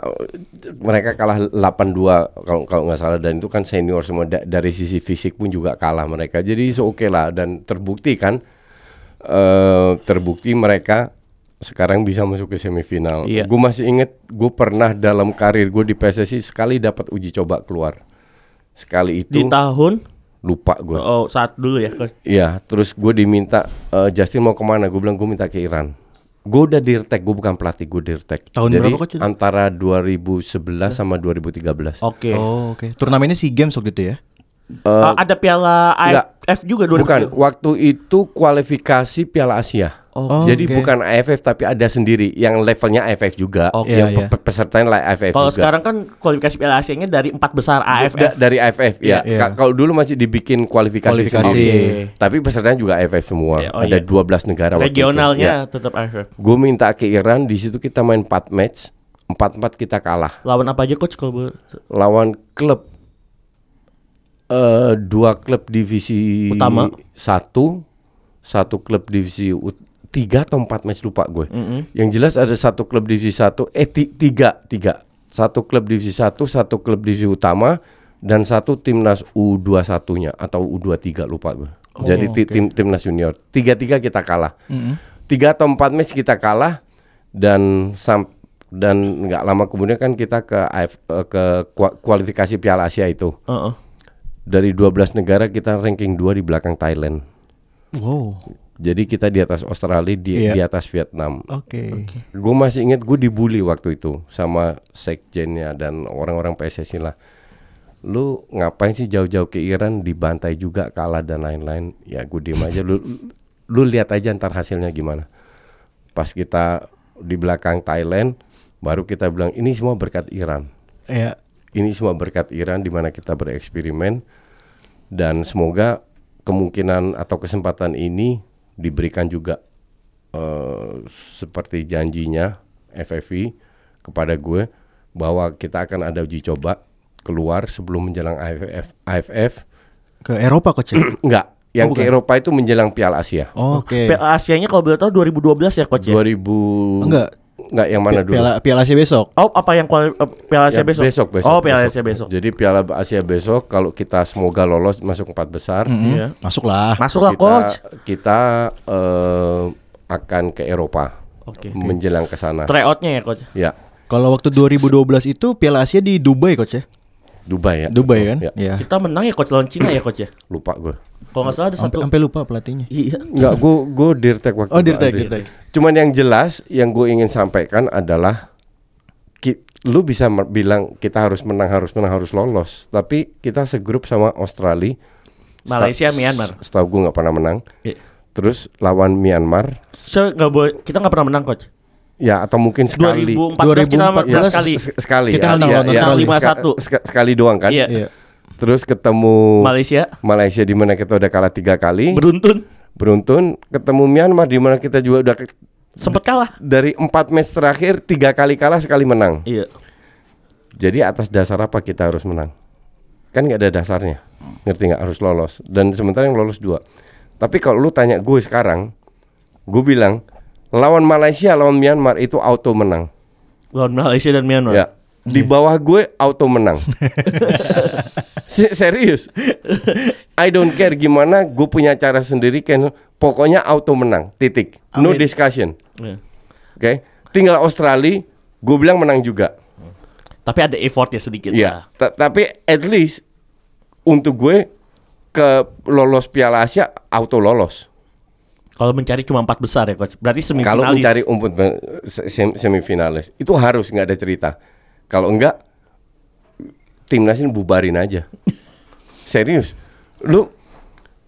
[SPEAKER 5] mereka kalah 8-2 kalau kalau nggak salah dan itu kan senior semua Da- dari sisi fisik pun juga kalah mereka. Jadi so oke lah dan terbukti kan eh, terbukti mereka sekarang bisa masuk ke semifinal.
[SPEAKER 4] Iya.
[SPEAKER 5] Gue masih inget gue pernah dalam karir gue di PSSI sekali dapat uji coba keluar. Sekali
[SPEAKER 4] Di
[SPEAKER 5] itu
[SPEAKER 4] tahun
[SPEAKER 5] lupa gue.
[SPEAKER 4] oh saat dulu ya coach.
[SPEAKER 5] Iya, terus gue diminta eh, Justin mau kemana? Gue bilang gue minta ke Iran. Gue udah dirtek, gue bukan pelatih, gue dirtek.
[SPEAKER 3] Tahun
[SPEAKER 5] Jadi,
[SPEAKER 3] berapa, Coach?
[SPEAKER 5] Antara 2011 sama 2013.
[SPEAKER 4] Oke.
[SPEAKER 3] Oh, oke. Turnamennya SEA Games waktu itu ya.
[SPEAKER 4] Eh, ada Piala
[SPEAKER 5] enggak.
[SPEAKER 4] AFF juga 2000.
[SPEAKER 5] Bukan, waktu itu kualifikasi Piala Asia.
[SPEAKER 3] Oh,
[SPEAKER 5] Jadi
[SPEAKER 3] oke.
[SPEAKER 5] bukan AFF tapi ada sendiri yang levelnya AFF juga,
[SPEAKER 4] Oke.
[SPEAKER 5] yang
[SPEAKER 3] Iya,
[SPEAKER 5] pe- pesertanya lah AFF
[SPEAKER 4] Kalau
[SPEAKER 5] juga.
[SPEAKER 4] sekarang kan kualifikasi Piala Asia-nya dari empat besar
[SPEAKER 5] Da-
[SPEAKER 4] AFF.
[SPEAKER 5] dari AFF ya.
[SPEAKER 3] Iya.
[SPEAKER 5] Ka- Kalau dulu masih dibikin kualifikasi,
[SPEAKER 3] Kualifikasi.
[SPEAKER 5] sendiri. Tapi pesertanya juga AFF semua.
[SPEAKER 4] Ya, oh
[SPEAKER 5] ada
[SPEAKER 4] iya.
[SPEAKER 5] 12 negara waktu itu. Ya.
[SPEAKER 4] Regionalnya tetap AFF.
[SPEAKER 5] Gue minta ke Iran, di situ kita main 4 match, 4-4 kita kalah.
[SPEAKER 4] Lawan apa aja coach kalau boleh?
[SPEAKER 5] lawan klub eh dua klub divisi
[SPEAKER 4] Utama.
[SPEAKER 5] satu satu klub divisi ut- tiga atau empat match lupa gue yang jelas ada satu klub divisi satu eh ti- tiga tiga satu klub divisi satu satu klub divisi utama dan satu timnas u 21 nya atau u 23 lupa gue jadi ti- tim timnas junior tiga tiga kita kalah tiga atau empat match kita kalah dan sam dan nggak lama kemudian kan kita ke AF eh, ke kua- kualifikasi Piala Asia itu
[SPEAKER 4] Heeh.
[SPEAKER 5] dari 12 negara kita ranking 2 di belakang Thailand
[SPEAKER 3] Wow.
[SPEAKER 5] jadi kita di atas Australia di,
[SPEAKER 3] Iya.
[SPEAKER 5] di atas Vietnam
[SPEAKER 3] Oke.
[SPEAKER 5] gue masih ingat gue dibully waktu itu sama sekjennya dan orang-orang PSSI lah lu ngapain sih jauh-jauh ke Iran dibantai juga kalah dan lain-lain ya gue diem aja lu lu lihat aja ntar hasilnya gimana pas kita di belakang Thailand baru kita bilang ini semua berkat Iran
[SPEAKER 3] Ya.
[SPEAKER 5] ini semua berkat Iran di mana kita bereksperimen dan semoga kemungkinan atau kesempatan ini diberikan juga eh, seperti janjinya FFI kepada gue bahwa kita akan ada uji coba keluar sebelum menjelang AFF AFF
[SPEAKER 3] Ke Eropa coach.
[SPEAKER 4] (clears throat)
[SPEAKER 3] ya?
[SPEAKER 5] enggak yang
[SPEAKER 3] Oh,
[SPEAKER 5] ke
[SPEAKER 3] bukan.
[SPEAKER 5] Eropa itu menjelang Piala Asia
[SPEAKER 4] Oh,
[SPEAKER 3] Oke.
[SPEAKER 4] Piala Asia-nya kalau boleh tahu 2012 ya coach ya.
[SPEAKER 5] 2000
[SPEAKER 3] Enggak.
[SPEAKER 5] enggak yang mana dulu
[SPEAKER 3] Piala Piala Asia besok.
[SPEAKER 4] Oh, apa yang kuali- eh, Piala Asia
[SPEAKER 5] Ya,
[SPEAKER 4] besok?
[SPEAKER 5] besok
[SPEAKER 4] Oh, Piala Asia besok.
[SPEAKER 5] Jadi Piala Asia besok kalau kita semoga lolos masuk empat besar
[SPEAKER 4] Iya.
[SPEAKER 3] Masuklah.
[SPEAKER 5] Ya.
[SPEAKER 4] Masuklah
[SPEAKER 5] kita,
[SPEAKER 4] coach.
[SPEAKER 5] Kita eh, akan ke Eropa.
[SPEAKER 4] Oke.
[SPEAKER 5] Menjelang ke sana.
[SPEAKER 4] Tryoutnya ya coach.
[SPEAKER 5] Ya,
[SPEAKER 3] Kalau waktu 2012 itu Piala Asia di Dubai coach ya?
[SPEAKER 5] Dubai ya.
[SPEAKER 3] Dubai kan?
[SPEAKER 5] Ya,
[SPEAKER 3] Iya.
[SPEAKER 4] Kita menang ya coach lawan Cina ya coach ya.
[SPEAKER 5] lupa gue.
[SPEAKER 4] Kalau nggak salah ada
[SPEAKER 3] Sampai
[SPEAKER 4] satu.
[SPEAKER 3] sampai lupa pelatihnya.
[SPEAKER 4] Iya.
[SPEAKER 5] Enggak, gue gue dirtek waktu.
[SPEAKER 3] Oh,
[SPEAKER 5] itu,
[SPEAKER 3] dirtek,
[SPEAKER 5] Andri.
[SPEAKER 3] dirtek.
[SPEAKER 5] Cuman yang jelas yang gue ingin sampaikan adalah ki- lu bisa mer- bilang kita harus menang, harus menang, harus lolos. Tapi kita segrup sama Australia,
[SPEAKER 4] Malaysia,
[SPEAKER 5] Seta-
[SPEAKER 4] Myanmar.
[SPEAKER 5] Setahu gue nggak pernah menang.
[SPEAKER 4] Iya.
[SPEAKER 5] Terus lawan Myanmar,
[SPEAKER 4] So, nggak boleh kita nggak pernah menang coach.
[SPEAKER 5] ya atau mungkin sekali.
[SPEAKER 4] 2014 kita menang
[SPEAKER 3] 2014
[SPEAKER 4] sekali.
[SPEAKER 5] Iya. Se- sekali
[SPEAKER 3] Kita
[SPEAKER 5] ya,
[SPEAKER 3] menang
[SPEAKER 5] ya,
[SPEAKER 3] lawan
[SPEAKER 5] ya,
[SPEAKER 4] Australia.
[SPEAKER 5] seka-
[SPEAKER 4] 5-1.
[SPEAKER 5] seka- sekali doang kan
[SPEAKER 4] Iya.
[SPEAKER 3] Iya.
[SPEAKER 5] Terus ketemu
[SPEAKER 4] Malaysia
[SPEAKER 5] Malaysia di mana kita udah kalah tiga kali
[SPEAKER 4] beruntun
[SPEAKER 5] beruntun ketemu Myanmar di mana kita juga udah ke-
[SPEAKER 4] sempat kalah.
[SPEAKER 5] dari empat match terakhir tiga kali kalah sekali menang.
[SPEAKER 4] Iya.
[SPEAKER 5] Jadi atas dasar apa kita harus menang? Kan nggak ada dasarnya, ngerti nggak? Harus lolos. Dan sementara yang lolos dua. Tapi kalau lu tanya gue sekarang, gue bilang lawan Malaysia, lawan Myanmar itu auto menang.
[SPEAKER 4] Lawan Malaysia dan Myanmar.
[SPEAKER 5] Ya. Di bawah gue auto menang. Se- Serius. I don't care gimana, gue punya cara sendiri kan. Pokoknya auto menang. Titik. No discussion.
[SPEAKER 4] Iya.
[SPEAKER 5] Oke. Tinggal Australia, gue bilang menang juga.
[SPEAKER 4] Tapi ada effortnya sedikit.
[SPEAKER 5] Iya. Ta- Tapi at least untuk gue ke lolos Piala Asia auto lolos.
[SPEAKER 4] Kalau mencari cuma empat besar ya coach. Berarti semifinalis.
[SPEAKER 5] Kalau mencari umput be- se- sem- semifinalis itu harus nggak ada cerita. Kalau enggak timnas ini bubarin aja. Serius. Lu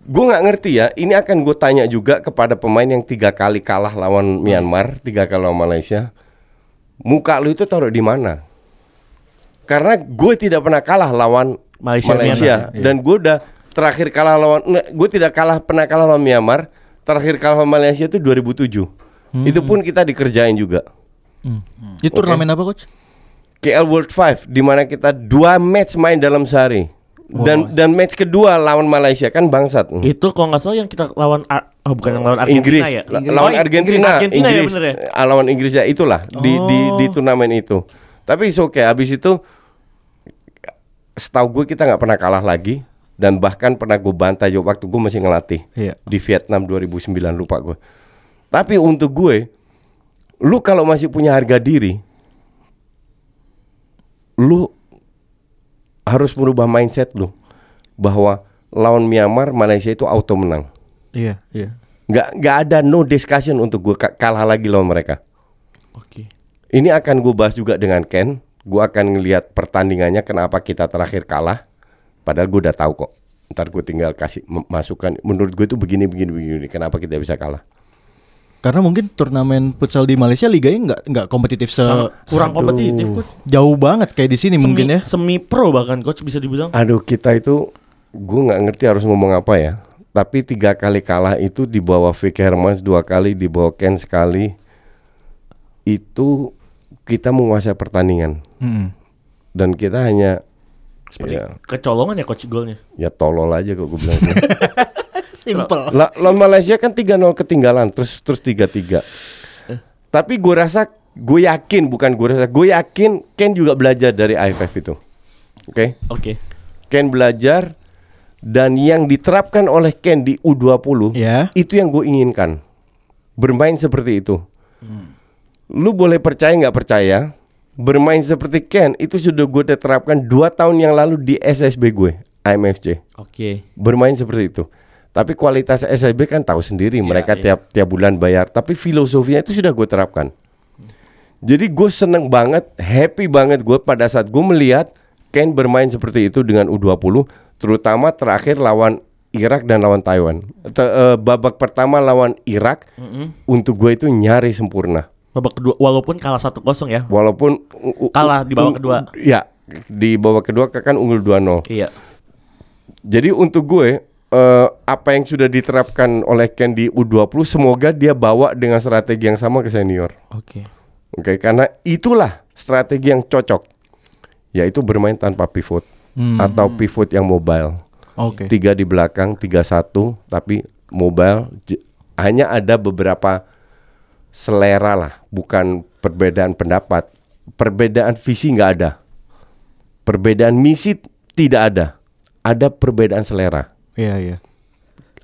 [SPEAKER 5] gue nggak ngerti ya. Ini akan gue tanya juga kepada pemain yang tiga kali kalah lawan Myanmar, tiga kali lawan Malaysia. Muka lu itu taruh di mana? Karena gue tidak pernah kalah lawan
[SPEAKER 4] Malaysia,
[SPEAKER 5] Malaysia,
[SPEAKER 4] Myanmar,
[SPEAKER 5] dan gue udah terakhir kalah lawan gue tidak kalah pernah kalah lawan Myanmar terakhir kalah lawan Malaysia itu 2007 itu pun kita dikerjain juga
[SPEAKER 3] Itu turnamen apa coach?
[SPEAKER 5] KL World 5 di mana kita dua match main dalam sehari dan dan match kedua lawan Malaysia kan bangsat
[SPEAKER 4] Itu kalau nggak salah yang kita lawan Ar- oh bukan yang lawan Argentina
[SPEAKER 5] Inggris,
[SPEAKER 4] ya.
[SPEAKER 5] La-
[SPEAKER 4] Inggris.
[SPEAKER 5] lawan
[SPEAKER 4] Oh,
[SPEAKER 5] Argentina,
[SPEAKER 4] Argentina
[SPEAKER 5] Inggris,
[SPEAKER 4] ya Oh. bener ya.
[SPEAKER 5] eh, lawan Inggris ya itulah di di di turnamen itu. Tapi oke, habis itu setahu gue kita nggak pernah kalah lagi dan bahkan pernah gue bantai juga waktu gue masih ngelatih
[SPEAKER 3] Iya.
[SPEAKER 5] di Vietnam 2009 lupa gue. Tapi untuk gue, lu kalau masih punya harga diri, lu harus merubah mindset lu bahwa lawan Myanmar Malaysia itu auto menang
[SPEAKER 3] Iya, iya.
[SPEAKER 5] nggak nggak ada no discussion untuk gue kalah lagi lawan mereka.
[SPEAKER 4] Oke.
[SPEAKER 5] Ini akan gue bahas juga dengan Ken. Gue akan ngelihat pertandingannya kenapa kita terakhir kalah. Padahal gue udah tahu kok. Ntar gue tinggal kasih mem- masukan. Menurut gue itu begini begini begini. Kenapa kita bisa kalah?
[SPEAKER 3] Karena mungkin turnamen futsal di Malaysia liganya nggak nggak kompetitif se
[SPEAKER 4] Kurang kompetitif coach.
[SPEAKER 3] jauh banget kayak di sini
[SPEAKER 4] Semi,
[SPEAKER 3] mungkin ya.
[SPEAKER 4] semi pro bahkan coach bisa dibilang.
[SPEAKER 5] Aduh kita itu gue nggak ngerti harus ngomong apa ya. Tapi tiga kali kalah itu di bawah Vicky Hermans dua kali, di bawah Ken sekali. Itu kita menguasai pertandingan
[SPEAKER 3] Mm-mm.
[SPEAKER 5] dan kita hanya
[SPEAKER 4] Seperti
[SPEAKER 5] Iya.
[SPEAKER 4] kecolongan ya coach golnya.
[SPEAKER 5] ya tolol aja kok gue bilang.
[SPEAKER 3] (laughs) Simple.
[SPEAKER 5] La- lawan Malaysia kan 3-0 ketinggalan terus terus 3-3.
[SPEAKER 3] Eh.
[SPEAKER 5] Tapi gue rasa gue yakin bukan gue rasa gue yakin Ken juga belajar dari AFF itu. Oke.
[SPEAKER 4] Oke.
[SPEAKER 5] Ken belajar dan yang diterapkan oleh Ken di U20
[SPEAKER 3] Ya.
[SPEAKER 5] itu yang gue inginkan. Bermain seperti itu.
[SPEAKER 3] Hmm.
[SPEAKER 5] Lu boleh percaya nggak percaya, bermain seperti Ken itu sudah gue udah terapkan 2 tahun yang lalu di SSB gue, AMFC
[SPEAKER 4] Oke.
[SPEAKER 5] bermain seperti itu. Tapi kualitas SIB kan tahu sendiri,
[SPEAKER 4] Iya,
[SPEAKER 5] mereka tiap tiap bulan bayar. Tapi filosofinya itu sudah gue terapkan. Jadi gue seneng banget, happy banget gue pada saat gue melihat Ken bermain seperti itu dengan U20, terutama terakhir lawan Irak dan lawan Taiwan. Te- eh, babak pertama lawan Irak, untuk gue itu nyari sempurna.
[SPEAKER 4] Babak kedua walaupun kalah 1-0 ya.
[SPEAKER 5] Walaupun u- u-
[SPEAKER 4] Kalah di
[SPEAKER 5] u-
[SPEAKER 4] babak kedua.
[SPEAKER 5] Ya, di babak kedua kan unggul 2-0.
[SPEAKER 4] Iya.
[SPEAKER 5] Jadi untuk gue eh, apa yang sudah diterapkan oleh Ken di U20 semoga dia bawa dengan strategi yang sama ke senior.
[SPEAKER 4] Oke.
[SPEAKER 5] Oke, karena itulah strategi yang cocok yaitu bermain tanpa pivot atau pivot yang mobile.
[SPEAKER 3] Oke.
[SPEAKER 5] Tiga di belakang, tiga satu, tapi mobile J- hanya ada beberapa selera lah, bukan perbedaan pendapat, perbedaan visi nggak ada, perbedaan misi tidak ada, ada perbedaan selera
[SPEAKER 3] Iya, iya.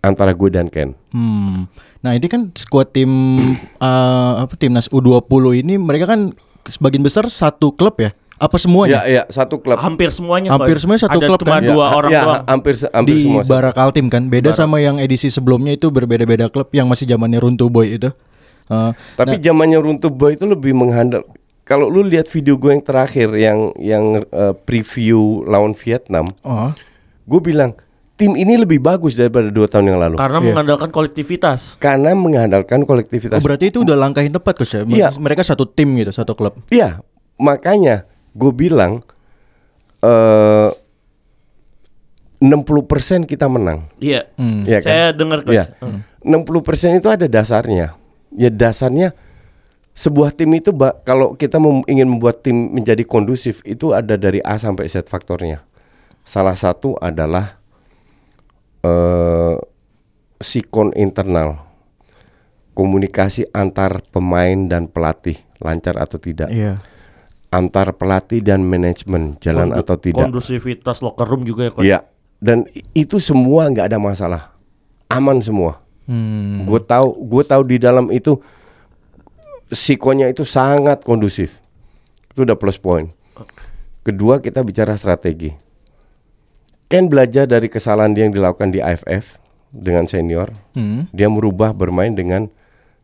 [SPEAKER 5] antara gue dan Ken.
[SPEAKER 3] Hmm. Nah, ini kan skuad tim (clears throat) eh, apa timnas U20 ini mereka kan sebagian besar satu klub ya. Apa
[SPEAKER 5] Iya,
[SPEAKER 3] semuanya?
[SPEAKER 5] iya, satu klub.
[SPEAKER 4] Oh, Hampir semuanya
[SPEAKER 3] Hampir
[SPEAKER 4] Coach.
[SPEAKER 3] semuanya satu
[SPEAKER 4] Ada
[SPEAKER 3] klub kan?
[SPEAKER 4] cuma
[SPEAKER 5] Ya,
[SPEAKER 4] dua
[SPEAKER 5] ha-
[SPEAKER 4] orang
[SPEAKER 5] ya,
[SPEAKER 4] doang.
[SPEAKER 5] hampir se- hampir
[SPEAKER 3] di
[SPEAKER 5] semua.
[SPEAKER 3] Barakaltim kan. Beda sama yang edisi sebelumnya itu berbeda-beda klub yang masih zamannya Runtuh Boy itu. Eh,
[SPEAKER 5] Tapi zamannya runtuh boy itu lebih menghandal. Kalau lu lihat video gue yang terakhir yang yang eh, preview lawan Vietnam,
[SPEAKER 3] oh.
[SPEAKER 5] gue bilang tim ini lebih bagus daripada dua tahun yang lalu
[SPEAKER 4] Karena mengandalkan kolektivitas.
[SPEAKER 5] karena mengandalkan
[SPEAKER 3] Oh,
[SPEAKER 5] kolektivitas.
[SPEAKER 3] berarti itu udah langkah yang tepat coach ya. Mer-
[SPEAKER 5] Iya.
[SPEAKER 3] Mereka satu tim gitu, satu klub.
[SPEAKER 5] Iya, makanya gue bilang eh 60% kita menang.
[SPEAKER 4] Iya.
[SPEAKER 5] Iya kan?
[SPEAKER 4] Saya dengar coach.
[SPEAKER 5] Iya. 60% itu ada dasarnya. Ya dasarnya sebuah tim itu ba- kalau kita mem- ingin membuat tim menjadi kondusif itu ada dari A sampai Z faktornya. Salah satu adalah eh sikon internal. Komunikasi antar pemain dan pelatih lancar atau tidak.
[SPEAKER 3] Iya.
[SPEAKER 5] Antar pelatih dan manajemen jalan
[SPEAKER 4] Kondu-
[SPEAKER 5] atau tidak.
[SPEAKER 4] Kondusivitas locker room juga ya coach.
[SPEAKER 5] Iya. Dan i- itu semua nggak ada masalah. Aman semua.
[SPEAKER 3] Hmm.
[SPEAKER 5] Gue tahu, gue tahu di dalam itu sikonya itu sangat kondusif. Itu udah plus point. Kedua kita bicara strategi. Ken belajar dari kesalahan dia yang dilakukan di AFF dengan senior.
[SPEAKER 3] Hmm.
[SPEAKER 5] Dia merubah bermain dengan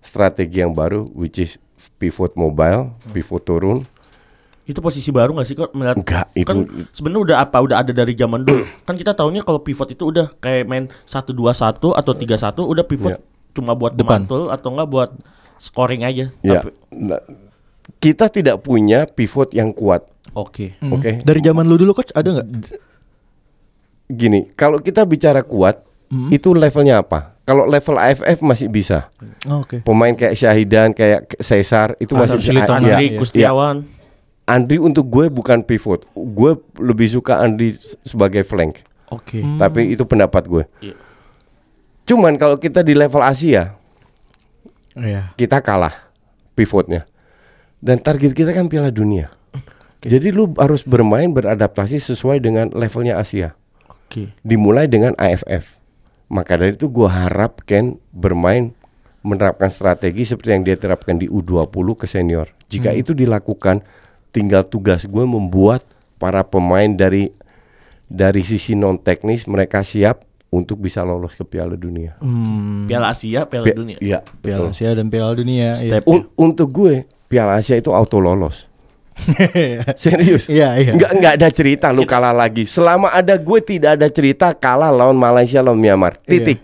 [SPEAKER 5] strategi yang baru, which is pivot mobile,
[SPEAKER 3] Hmm.
[SPEAKER 5] pivot turun.
[SPEAKER 4] Itu posisi baru gak sih kok melihat?
[SPEAKER 5] Enggak, itu-
[SPEAKER 4] kan sebenarnya udah apa? Udah ada dari zaman dulu. (clears throat) kan kita taunya kalau pivot itu udah kayak main 1-2-1 atau 3-1 udah pivot
[SPEAKER 5] Iya.
[SPEAKER 4] cuma buat
[SPEAKER 3] Depan.
[SPEAKER 4] mantul atau enggak buat scoring aja.
[SPEAKER 5] Ya.
[SPEAKER 4] Tapi-
[SPEAKER 5] Nah, kita tidak punya pivot yang kuat.
[SPEAKER 4] Oke.
[SPEAKER 3] Hmm.
[SPEAKER 5] Oke.
[SPEAKER 3] Dari zaman lu dulu coach ada nggak?
[SPEAKER 5] gini, kalau kita bicara kuat, itu levelnya apa? Kalau level AFF masih bisa.
[SPEAKER 3] Oh, Oke.
[SPEAKER 5] Pemain kayak Syahidan, kayak Caesar itu masih
[SPEAKER 3] Hasan
[SPEAKER 5] bisa.
[SPEAKER 3] Silitonga.
[SPEAKER 5] Ya,
[SPEAKER 4] Andri
[SPEAKER 5] ya.
[SPEAKER 4] Kustiawan.
[SPEAKER 5] Andri untuk gue bukan pivot. Gue lebih suka Andri s- sebagai flank.
[SPEAKER 4] Oke.
[SPEAKER 5] Tapi itu pendapat gue.
[SPEAKER 4] Iya.
[SPEAKER 5] Cuman kalau kita di level Asia,
[SPEAKER 3] Iya.
[SPEAKER 5] kita kalah pivotnya. Dan target kita kan Piala Dunia. Jadi lu harus bermain beradaptasi sesuai dengan levelnya Asia.
[SPEAKER 4] Oke.
[SPEAKER 5] dimulai dengan AFF. Maka dari itu gue harap Ken bermain menerapkan strategi seperti yang dia terapkan di U20 ke senior. Jika itu dilakukan, tinggal tugas gue membuat para pemain dari dari sisi non teknis mereka siap untuk bisa lolos ke Piala Dunia.
[SPEAKER 4] Piala Asia, Piala
[SPEAKER 5] Pi-
[SPEAKER 4] Dunia.
[SPEAKER 5] Iya,
[SPEAKER 3] Hmm, Piala
[SPEAKER 5] betul.
[SPEAKER 3] Asia dan Piala Dunia. iya.
[SPEAKER 4] Step.
[SPEAKER 5] Un- untuk gue Piala Asia itu auto lolos. (laughs) Serius?
[SPEAKER 3] (laughs) Iya, iya.
[SPEAKER 5] Nggak, nggak ada cerita lu kalah lagi. Selama ada gue tidak ada cerita kalah lawan Malaysia lawan Myanmar. Titik.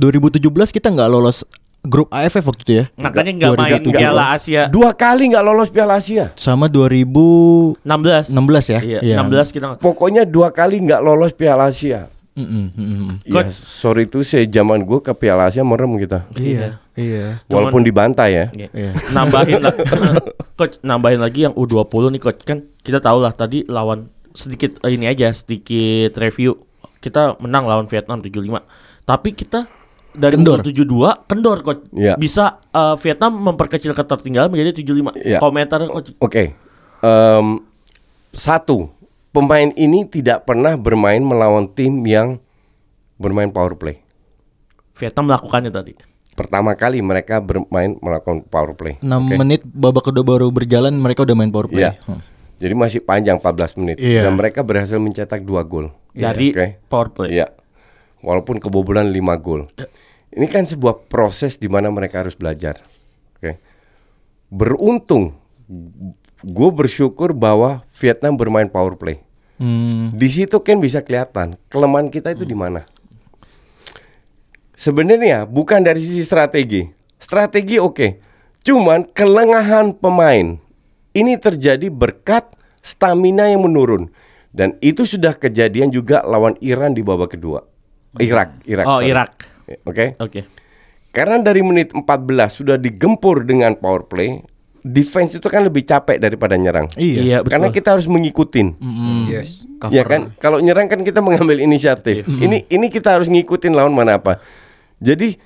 [SPEAKER 3] 2017 kita nggak lolos grup AFF waktu itu ya.
[SPEAKER 4] Makanya
[SPEAKER 3] Enggak,
[SPEAKER 4] nggak main
[SPEAKER 3] enggak,
[SPEAKER 4] Piala
[SPEAKER 5] enggak.
[SPEAKER 4] Asia
[SPEAKER 5] Dua kali nggak lolos Piala Asia.
[SPEAKER 3] Sama 2000
[SPEAKER 4] 16.
[SPEAKER 3] 16 ya?
[SPEAKER 4] Iya,
[SPEAKER 3] Iya.
[SPEAKER 4] 16 kita.
[SPEAKER 5] Pokoknya dua kali nggak lolos Piala Asia.
[SPEAKER 3] Mm-mm, mm-mm.
[SPEAKER 5] Ya,
[SPEAKER 4] Coach.
[SPEAKER 5] sorry itu saya zaman gue ke Piala Asia merem kita.
[SPEAKER 4] Iya.
[SPEAKER 3] Iya.
[SPEAKER 5] Walaupun dibantai ya.
[SPEAKER 4] Iya.
[SPEAKER 3] Iya.
[SPEAKER 4] nambahin lah (laughs) coach nambahin lagi yang U20 nih coach kan kita tahu lah tadi lawan sedikit eh, ini aja sedikit review kita menang lawan Vietnam 75 tapi kita dari
[SPEAKER 3] Kendor.
[SPEAKER 4] 72 kendor coach
[SPEAKER 5] Iya.
[SPEAKER 4] bisa eh, Vietnam memperkecil ketertinggalan menjadi 75
[SPEAKER 5] Iya.
[SPEAKER 4] komentar coach
[SPEAKER 5] Oke. Em, satu, pemain ini tidak pernah bermain melawan tim yang bermain power play.
[SPEAKER 4] Vietnam melakukannya tadi
[SPEAKER 5] Pertama kali mereka bermain melakukan power play.
[SPEAKER 4] Hmm.
[SPEAKER 3] 6 menit babak kedua baru berjalan mereka udah main power play.
[SPEAKER 5] Iya.
[SPEAKER 4] Hmm.
[SPEAKER 5] Jadi masih panjang 14 menit
[SPEAKER 3] Iya.
[SPEAKER 5] dan mereka berhasil mencetak dua gol. Iya,
[SPEAKER 4] dari
[SPEAKER 5] Oke.
[SPEAKER 4] power play
[SPEAKER 5] Iya. Walaupun kebobolan 5 gol. Ini kan sebuah proses di mana mereka harus belajar. Oke. Beruntung gue bersyukur bahwa Vietnam bermain power play.
[SPEAKER 3] Hmm.
[SPEAKER 5] Di situ kan bisa kelihatan kelemahan kita itu di mana. Sebenarnya bukan dari sisi strategi. Strategi oke. Cuman kelengahan pemain. Ini terjadi berkat stamina yang menurun. Dan itu sudah kejadian juga lawan Iran di babak kedua. Irak, Irak.
[SPEAKER 4] oh
[SPEAKER 5] sorry. Ya,
[SPEAKER 4] Irak
[SPEAKER 5] Oke.
[SPEAKER 4] oke
[SPEAKER 5] Karena dari menit 14 sudah digempur dengan power play, defense itu kan lebih capek daripada nyerang.
[SPEAKER 3] Iya.
[SPEAKER 5] Karena kita harus mengikutin.
[SPEAKER 1] Yes.
[SPEAKER 5] Ya kan, kalau nyerang kan kita mengambil inisiatif. Ini ini kita harus ngikutin lawan mana apa. Jadi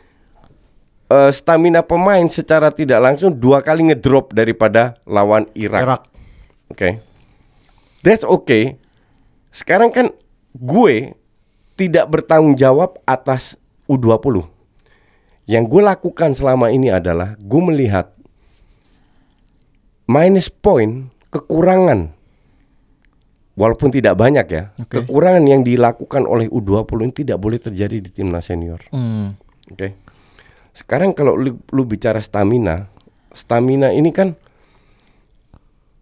[SPEAKER 5] eh, stamina pemain secara tidak langsung dua kali ngedrop daripada lawan Irak.
[SPEAKER 4] Irak
[SPEAKER 5] Oke. That's okay. Sekarang kan gue tidak bertanggung jawab atas U20. Yang gue lakukan selama ini adalah gue melihat minus point kekurangan walaupun tidak banyak ya.
[SPEAKER 3] Oke.
[SPEAKER 5] Kekurangan yang dilakukan oleh U20 ini tidak boleh terjadi di timnas senior.
[SPEAKER 3] Hmm.
[SPEAKER 5] Oke. Sekarang kalau lu, lu bicara stamina, stamina ini kan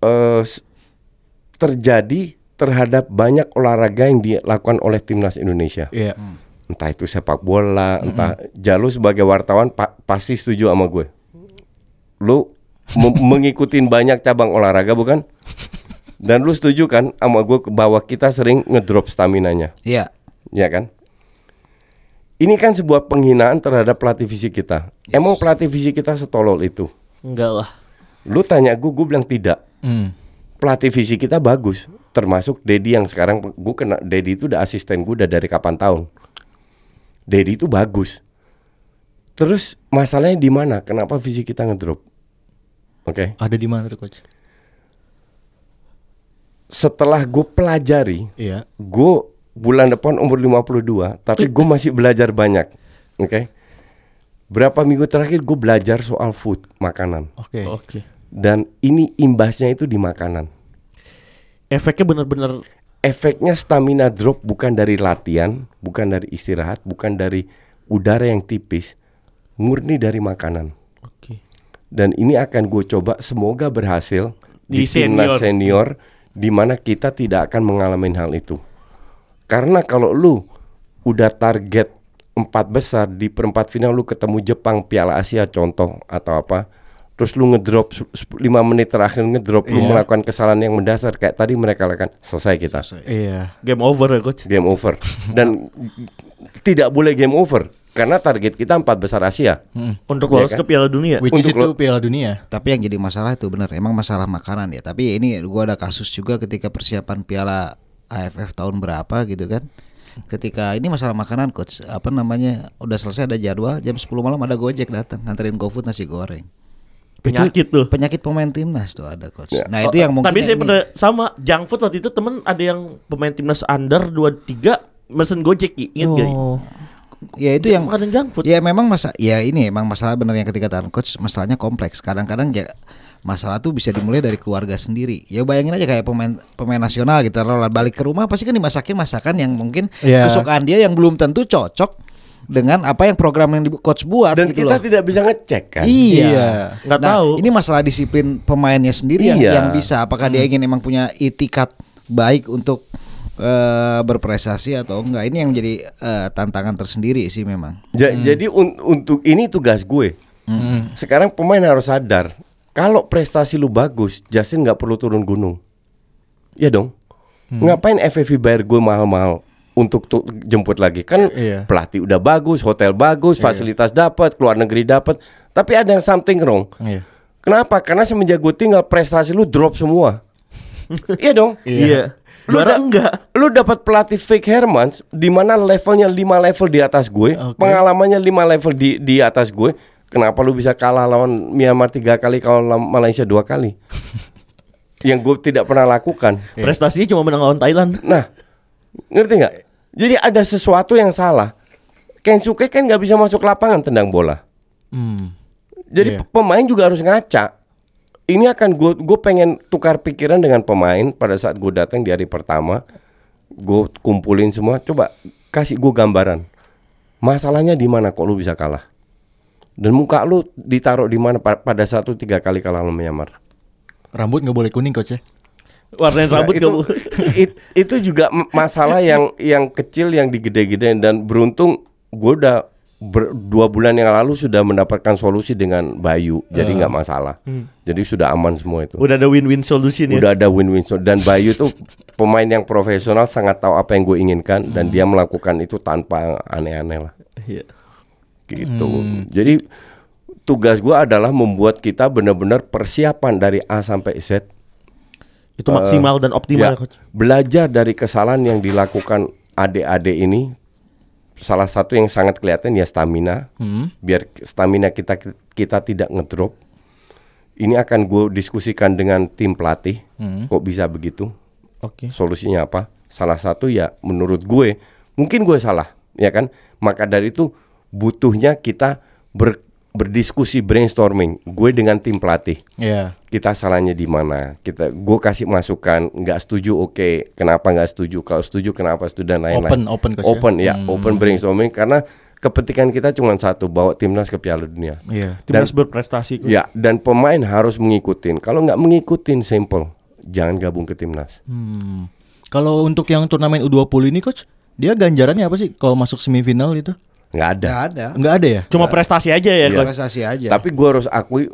[SPEAKER 5] eh, s- terjadi terhadap banyak olahraga yang dilakukan oleh timnas Indonesia.
[SPEAKER 3] Iya.
[SPEAKER 5] Entah itu sepak bola, entah Jalu sebagai wartawan pa- pasti setuju sama gue. Lu me- (laughs) mengikuti banyak cabang olahraga bukan? Dan lu setuju kan sama gue bahwa kita sering ngedrop staminanya.
[SPEAKER 1] Iya.
[SPEAKER 5] ya kan? Ini kan sebuah penghinaan terhadap pelatih fisik kita. Emang pelatih fisik kita setolol itu?
[SPEAKER 4] Enggak lah.
[SPEAKER 5] Lu tanya gue, gue bilang tidak.
[SPEAKER 3] Hmm.
[SPEAKER 5] Pelatih fisik kita bagus, termasuk Dedi yang sekarang gue kena Dedi itu udah asisten gue udah dari kapan tahun. Dedi itu bagus. Terus masalahnya di mana? Kenapa fisik kita ngedrop? Oke.
[SPEAKER 3] Ada di mana tuh coach?
[SPEAKER 5] Setelah gue pelajari,
[SPEAKER 3] Iya.
[SPEAKER 5] gue bulan depan umur 52 tapi gue masih belajar banyak oke berapa minggu terakhir gue belajar soal food makanan
[SPEAKER 3] Oke.
[SPEAKER 4] Oke.
[SPEAKER 5] dan ini imbasnya itu di makanan
[SPEAKER 4] Efeknya bener-bener
[SPEAKER 5] efeknya stamina drop bukan dari latihan bukan dari istirahat bukan dari udara yang tipis murni dari makanan
[SPEAKER 4] Oke.
[SPEAKER 5] dan ini akan gue coba semoga berhasil
[SPEAKER 4] Di
[SPEAKER 5] di, timnas
[SPEAKER 4] senior.
[SPEAKER 5] senior di mana kita tidak akan mengalami hal itu karena kalau lu udah target empat besar di perempat final lu ketemu Jepang Piala Asia contoh atau apa terus lu ngedrop 5 menit terakhir ngedrop lu melakukan kesalahan yang mendasar kayak tadi mereka lakukan selesai kita
[SPEAKER 3] Iya.
[SPEAKER 4] game over ya coach.
[SPEAKER 5] game over dan tidak boleh game over karena target kita empat besar Asia
[SPEAKER 4] Untuk
[SPEAKER 5] Iya
[SPEAKER 4] lolos
[SPEAKER 5] kan?
[SPEAKER 4] ke Piala Dunia.
[SPEAKER 3] Which is
[SPEAKER 5] Untuk
[SPEAKER 3] itu
[SPEAKER 5] lo-
[SPEAKER 3] Piala Dunia.
[SPEAKER 1] Tapi yang jadi masalah itu benar, emang masalah makanan ya. Tapi ya ini gua ada kasus juga ketika persiapan Piala AFF tahun berapa gitu kan. Ketika ini masalah makanan coach, apa namanya? Udah selesai ada jadwal, jam 10 malam ada Gojek datang nganterin GoFood nasi goreng.
[SPEAKER 4] Penyakit tuh.
[SPEAKER 1] Penyakit pemain timnas tuh ada coach. Nah, itu yang mungkin
[SPEAKER 4] Ya. Tapi saya
[SPEAKER 1] ini.
[SPEAKER 4] pernah sama junk food waktu itu temen ada yang pemain timnas under 23 mesen Gojek Ki. Ingat gak?
[SPEAKER 3] Oh,
[SPEAKER 1] Ya itu yang
[SPEAKER 4] Makanan junk food.
[SPEAKER 1] Ya memang masa ya ini emang masalah benar yang ketika tahun coach masalahnya kompleks. Kadang-kadang ya masalah tuh bisa dimulai dari keluarga sendiri. Ya bayangin aja kayak pemain pemain nasional gitu roller balik ke rumah pasti kan dimasakin masakan yang mungkin
[SPEAKER 3] Iya.
[SPEAKER 1] kesukaan dia yang belum tentu cocok dengan apa yang program yang di coach buat
[SPEAKER 5] dan
[SPEAKER 1] gitu
[SPEAKER 5] kita
[SPEAKER 1] loh.
[SPEAKER 5] tidak bisa ngecek kan
[SPEAKER 1] Iya.
[SPEAKER 3] Iya.
[SPEAKER 4] Nggak tahu.
[SPEAKER 1] Ini masalah disiplin pemainnya sendiri yang,
[SPEAKER 5] Iya.
[SPEAKER 1] yang bisa apakah dia ingin emang punya itikat baik untuk eh, berprestasi atau enggak. Ini yang menjadi eh, tantangan tersendiri sih memang.
[SPEAKER 5] Ja- Jadi un- untuk ini tugas gue. Sekarang pemain harus sadar kalau prestasi lu bagus, Justin nggak perlu turun gunung. Ya dong. Ngapain FFV bayar gue mahal-mahal untuk tu- jemput lagi? Kan
[SPEAKER 3] Iya.
[SPEAKER 5] pelatih udah bagus, hotel bagus, fasilitas dapat, keluar negeri dapat. Tapi ada yang something wrong.
[SPEAKER 3] Iya.
[SPEAKER 5] Kenapa? Karena semenjak gue tinggal prestasi lu drop semua. Iya dong.
[SPEAKER 4] Iya.
[SPEAKER 5] Lu
[SPEAKER 4] Juara
[SPEAKER 5] da-
[SPEAKER 4] enggak?
[SPEAKER 5] Lu dapat pelatih fake Hermans di mana levelnya 5 level di atas gue,
[SPEAKER 3] Oke.
[SPEAKER 5] pengalamannya 5 level di di atas gue. Kenapa lu bisa kalah lawan Myanmar tiga kali kalau lawan Malaysia dua kali? Yang gue tidak pernah lakukan.
[SPEAKER 4] Prestasinya cuma menang lawan
[SPEAKER 5] (laughs)
[SPEAKER 4] Thailand.
[SPEAKER 5] Nah, ngerti nggak? Jadi ada sesuatu yang salah. Kensuke kan nggak bisa masuk lapangan tendang bola.
[SPEAKER 3] Hmm.
[SPEAKER 5] Jadi
[SPEAKER 3] Iya.
[SPEAKER 5] pe- pemain juga harus ngaca. Ini akan gue gue pengen tukar pikiran dengan pemain pada saat gue datang di hari pertama. Gue kumpulin semua, coba kasih gue gambaran. Masalahnya di mana kok lu bisa kalah? Dan muka lu ditaruh di mana pa- pada satu tiga kali kalah lawan Myanmar?
[SPEAKER 3] Rambut nggak boleh kuning coach ya?
[SPEAKER 4] Warnain
[SPEAKER 5] Nah,
[SPEAKER 4] rambut
[SPEAKER 5] itu,
[SPEAKER 4] kamu.
[SPEAKER 5] (laughs) it- itu juga m- masalah yang yang kecil yang digede-gedein dan beruntung gue udah ber- dua bulan yang lalu sudah mendapatkan solusi dengan Bayu jadi nggak masalah jadi sudah aman semua itu
[SPEAKER 4] Ah. Hmm. Udah ada win-win solution ya.
[SPEAKER 5] udah ada win-win so- dan Bayu tuh pemain yang profesional sangat tahu apa yang gue inginkan dan
[SPEAKER 4] Hmm.
[SPEAKER 5] dia melakukan itu tanpa aneh-aneh lah
[SPEAKER 4] Iya.
[SPEAKER 5] gitu.
[SPEAKER 4] Hmm.
[SPEAKER 5] Jadi tugas gua adalah membuat kita benar-benar persiapan dari A sampai Z.
[SPEAKER 4] Itu maksimal dan
[SPEAKER 5] Ya,
[SPEAKER 4] optimal ya, coach.
[SPEAKER 5] belajar dari kesalahan yang dilakukan adik-adik ini. Salah satu yang sangat kelihatan ya stamina. Biar stamina kita kita tidak ngedrop. Ini akan gue diskusikan dengan tim pelatih. Kok bisa begitu?
[SPEAKER 4] Oke.
[SPEAKER 5] Solusinya apa? Salah satu ya menurut gue mungkin gue salah, ya kan? Maka dari itu butuhnya kita ber- berdiskusi brainstorming gue dengan tim pelatih
[SPEAKER 3] Iya.
[SPEAKER 5] kita salahnya di mana kita gue kasih masukan nggak setuju oke kenapa nggak setuju kalau setuju kenapa setuju dan lain-lain
[SPEAKER 3] Open- open, Coach, ya?
[SPEAKER 5] open ya open brainstorming karena kepentingan kita cuma satu bawa timnas ke Piala Dunia
[SPEAKER 3] Iya.
[SPEAKER 4] Timnas berprestasi. coach.
[SPEAKER 5] ya dan pemain harus mengikutin kalau nggak mengikutin simple jangan gabung ke timnas
[SPEAKER 3] Hmm. Kalau untuk yang turnamen U20 ini coach, dia ganjarannya apa sih kalau masuk semifinal itu?
[SPEAKER 5] nggak ada
[SPEAKER 1] Enggak ada.
[SPEAKER 3] Nggak ada ya?
[SPEAKER 4] Cuma prestasi aja
[SPEAKER 1] Iya.
[SPEAKER 4] ya, coach.
[SPEAKER 1] Prestasi aja.
[SPEAKER 5] tapi gue harus akui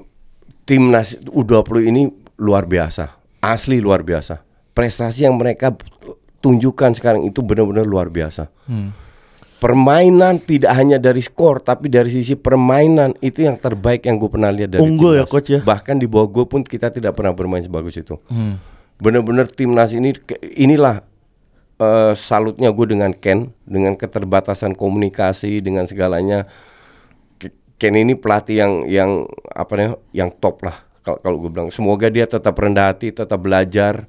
[SPEAKER 5] timnas U20 ini luar biasa asli luar biasa prestasi yang mereka tunjukkan sekarang itu benar-benar luar biasa.
[SPEAKER 4] Hmm.
[SPEAKER 5] Permainan tidak hanya dari skor tapi dari sisi permainan itu yang terbaik yang gue pernah lihat dari
[SPEAKER 4] Unggul ya,
[SPEAKER 5] timnas.
[SPEAKER 4] Coach, ya? Hmm.
[SPEAKER 5] Bahkan di bawah gue pun kita tidak pernah bermain sebagus itu. Benar-benar timnas ini ke- inilah eh, salutnya gue dengan Ken dengan keterbatasan komunikasi dengan segalanya. Ke- Ken ini pelatih yang yang apa namanya yang top lah kalau kalau gue bilang. Semoga dia tetap rendah hati, tetap belajar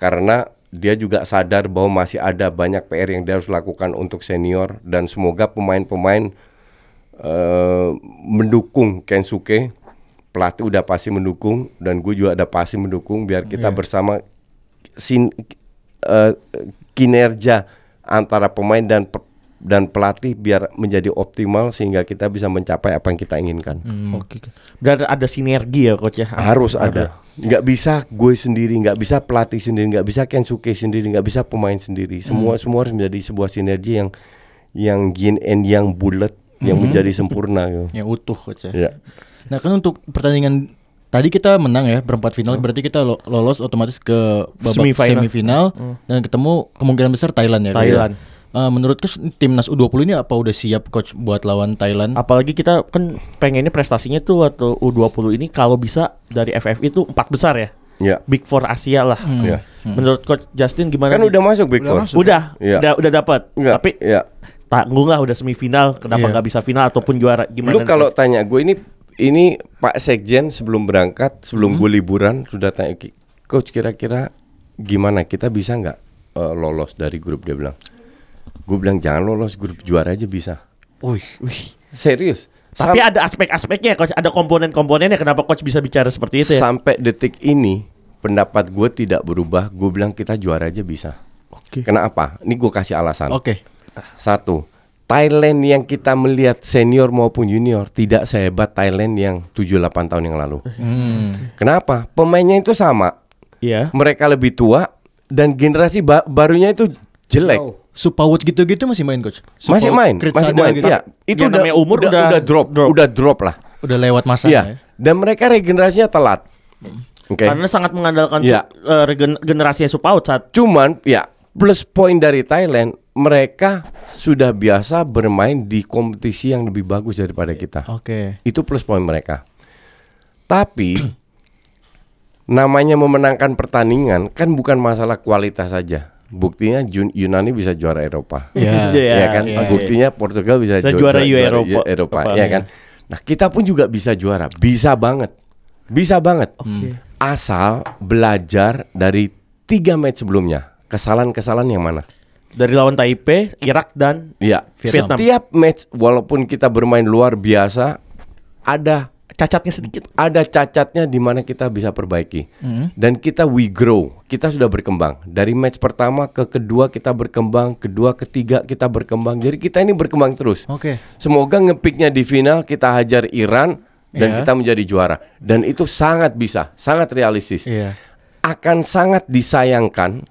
[SPEAKER 5] karena dia juga sadar bahwa masih ada banyak PR yang dia harus lakukan untuk senior dan semoga pemain-pemain eh, mendukung Kensuke pelatih udah pasti mendukung dan gue juga ada pasti mendukung biar kita bersama sin, eh, kinerja antara pemain dan pe- dan pelatih biar menjadi optimal sehingga kita bisa mencapai apa yang kita inginkan
[SPEAKER 4] Oke. Berarti ada sinergi ya coach ya.
[SPEAKER 5] harus ada nggak bisa gue sendiri nggak bisa pelatih sendiri nggak bisa Kensuke sendiri nggak bisa pemain sendiri semua semua harus menjadi sebuah sinergi yang yang yin and yang bulat yang menjadi sempurna
[SPEAKER 3] (laughs)
[SPEAKER 5] gitu.
[SPEAKER 3] Yang utuh coach ya.
[SPEAKER 5] ya
[SPEAKER 3] Nah kan untuk pertandingan tadi kita menang ya perempat final berarti kita lo- lolos otomatis ke babak
[SPEAKER 4] Semifinal.
[SPEAKER 3] semifinal, dan ketemu kemungkinan besar Thailand ya. coach ya?
[SPEAKER 4] Thailand.
[SPEAKER 3] Eh, menurut coach timnas U20 ini apa udah siap coach buat lawan Thailand?
[SPEAKER 4] Apalagi kita kan pengennya prestasinya tuh waktu U20 ini kalau bisa dari FF itu empat besar ya.
[SPEAKER 5] ya
[SPEAKER 4] Big Four Asia lah.
[SPEAKER 5] Ya.
[SPEAKER 4] Menurut coach Justin
[SPEAKER 5] kan
[SPEAKER 4] gimana? nih?
[SPEAKER 5] udah masuk Big Four
[SPEAKER 4] udah
[SPEAKER 5] Iya.
[SPEAKER 4] udah udah dapat.
[SPEAKER 5] Nggak,
[SPEAKER 4] Tapi
[SPEAKER 5] ya
[SPEAKER 4] tanggung lah udah semifinal
[SPEAKER 3] Iya.
[SPEAKER 4] kenapa nggak bisa final ataupun juara gimana?
[SPEAKER 5] lu
[SPEAKER 4] nih,
[SPEAKER 5] kalau
[SPEAKER 4] Coach?
[SPEAKER 5] tanya gue ini ini Pak Sekjen sebelum berangkat
[SPEAKER 4] Hmm?
[SPEAKER 5] sebelum gue liburan sudah tanya "Ki- coach kira-kira gimana kita bisa nggak eh, lolos dari grup dia bilang gue bilang jangan lolos grup juara aja bisa
[SPEAKER 4] Wih.
[SPEAKER 5] serius
[SPEAKER 4] Tapi
[SPEAKER 5] Sam-
[SPEAKER 4] ada aspek-aspeknya coach, ada komponen-komponennya kenapa coach bisa bicara seperti itu ya?
[SPEAKER 5] sampai detik ini pendapat gue tidak berubah gue bilang kita juara aja bisa
[SPEAKER 4] Oke.
[SPEAKER 5] kenapa ini gue kasih alasan
[SPEAKER 3] Oke.
[SPEAKER 5] Satu, Thailand yang kita melihat senior maupun junior tidak sehebat Thailand yang 7-8 tahun yang lalu.
[SPEAKER 3] Hmm.
[SPEAKER 5] Kenapa? Pemainnya itu sama.
[SPEAKER 4] Iya.
[SPEAKER 5] Mereka lebih tua dan generasi ba- barunya itu jelek.
[SPEAKER 3] Supaut gitu-gitu masih main coach?
[SPEAKER 5] Masih
[SPEAKER 3] Supaut,
[SPEAKER 5] main,
[SPEAKER 3] Krits
[SPEAKER 5] masih
[SPEAKER 3] ada
[SPEAKER 5] main.
[SPEAKER 3] gitu.
[SPEAKER 5] Iya, itu
[SPEAKER 4] Ya,
[SPEAKER 5] udah,
[SPEAKER 4] namanya umur
[SPEAKER 5] udah,
[SPEAKER 4] udah
[SPEAKER 5] udah drop,
[SPEAKER 4] drop.
[SPEAKER 5] udah drop lah.
[SPEAKER 3] Udah lewat masa
[SPEAKER 5] Iya.
[SPEAKER 3] ya.
[SPEAKER 5] Dan mereka regenerasinya telat. Oke.
[SPEAKER 4] Karena sangat mengandalkan
[SPEAKER 5] Iya.
[SPEAKER 4] su- eh, regen- generasi Supaut saat
[SPEAKER 5] Cuman ya plus poin dari Thailand mereka sudah biasa bermain di kompetisi yang lebih bagus daripada kita.
[SPEAKER 3] Oke.
[SPEAKER 5] Itu plus poin mereka. Tapi namanya memenangkan pertandingan kan bukan masalah kualitas saja. Buktinya Jun- Yunani bisa juara Eropa.
[SPEAKER 3] Iya.
[SPEAKER 4] Iya,
[SPEAKER 5] ya kan?
[SPEAKER 4] iya.
[SPEAKER 5] Buktinya Portugal bisa
[SPEAKER 4] Bisa
[SPEAKER 5] ju-
[SPEAKER 4] juara
[SPEAKER 5] ju-
[SPEAKER 4] Eropa.
[SPEAKER 5] ju- Eropa,
[SPEAKER 4] Eropa,
[SPEAKER 5] ya
[SPEAKER 4] iya.
[SPEAKER 5] kan? Nah, kita pun juga bisa juara. Bisa banget. Bisa banget. Asal belajar dari tiga match sebelumnya. Kesalahan-kesalahan yang mana?
[SPEAKER 4] iya. dari lawan Taipei, Irak dan
[SPEAKER 5] Iya.
[SPEAKER 4] Vietnam.
[SPEAKER 5] Setiap match walaupun kita bermain luar biasa ada
[SPEAKER 4] cacatnya sedikit.
[SPEAKER 5] ada cacatnya di mana kita bisa perbaiki
[SPEAKER 3] Hmm.
[SPEAKER 5] dan kita we grow kita sudah berkembang dari match pertama ke kedua kita berkembang kedua ketiga kita berkembang jadi kita ini berkembang terus
[SPEAKER 3] Oke.
[SPEAKER 5] semoga ngepiknya di final kita hajar Iran dan
[SPEAKER 3] Iya.
[SPEAKER 5] kita menjadi juara dan itu sangat bisa sangat realistis
[SPEAKER 3] Iya.
[SPEAKER 5] akan sangat disayangkan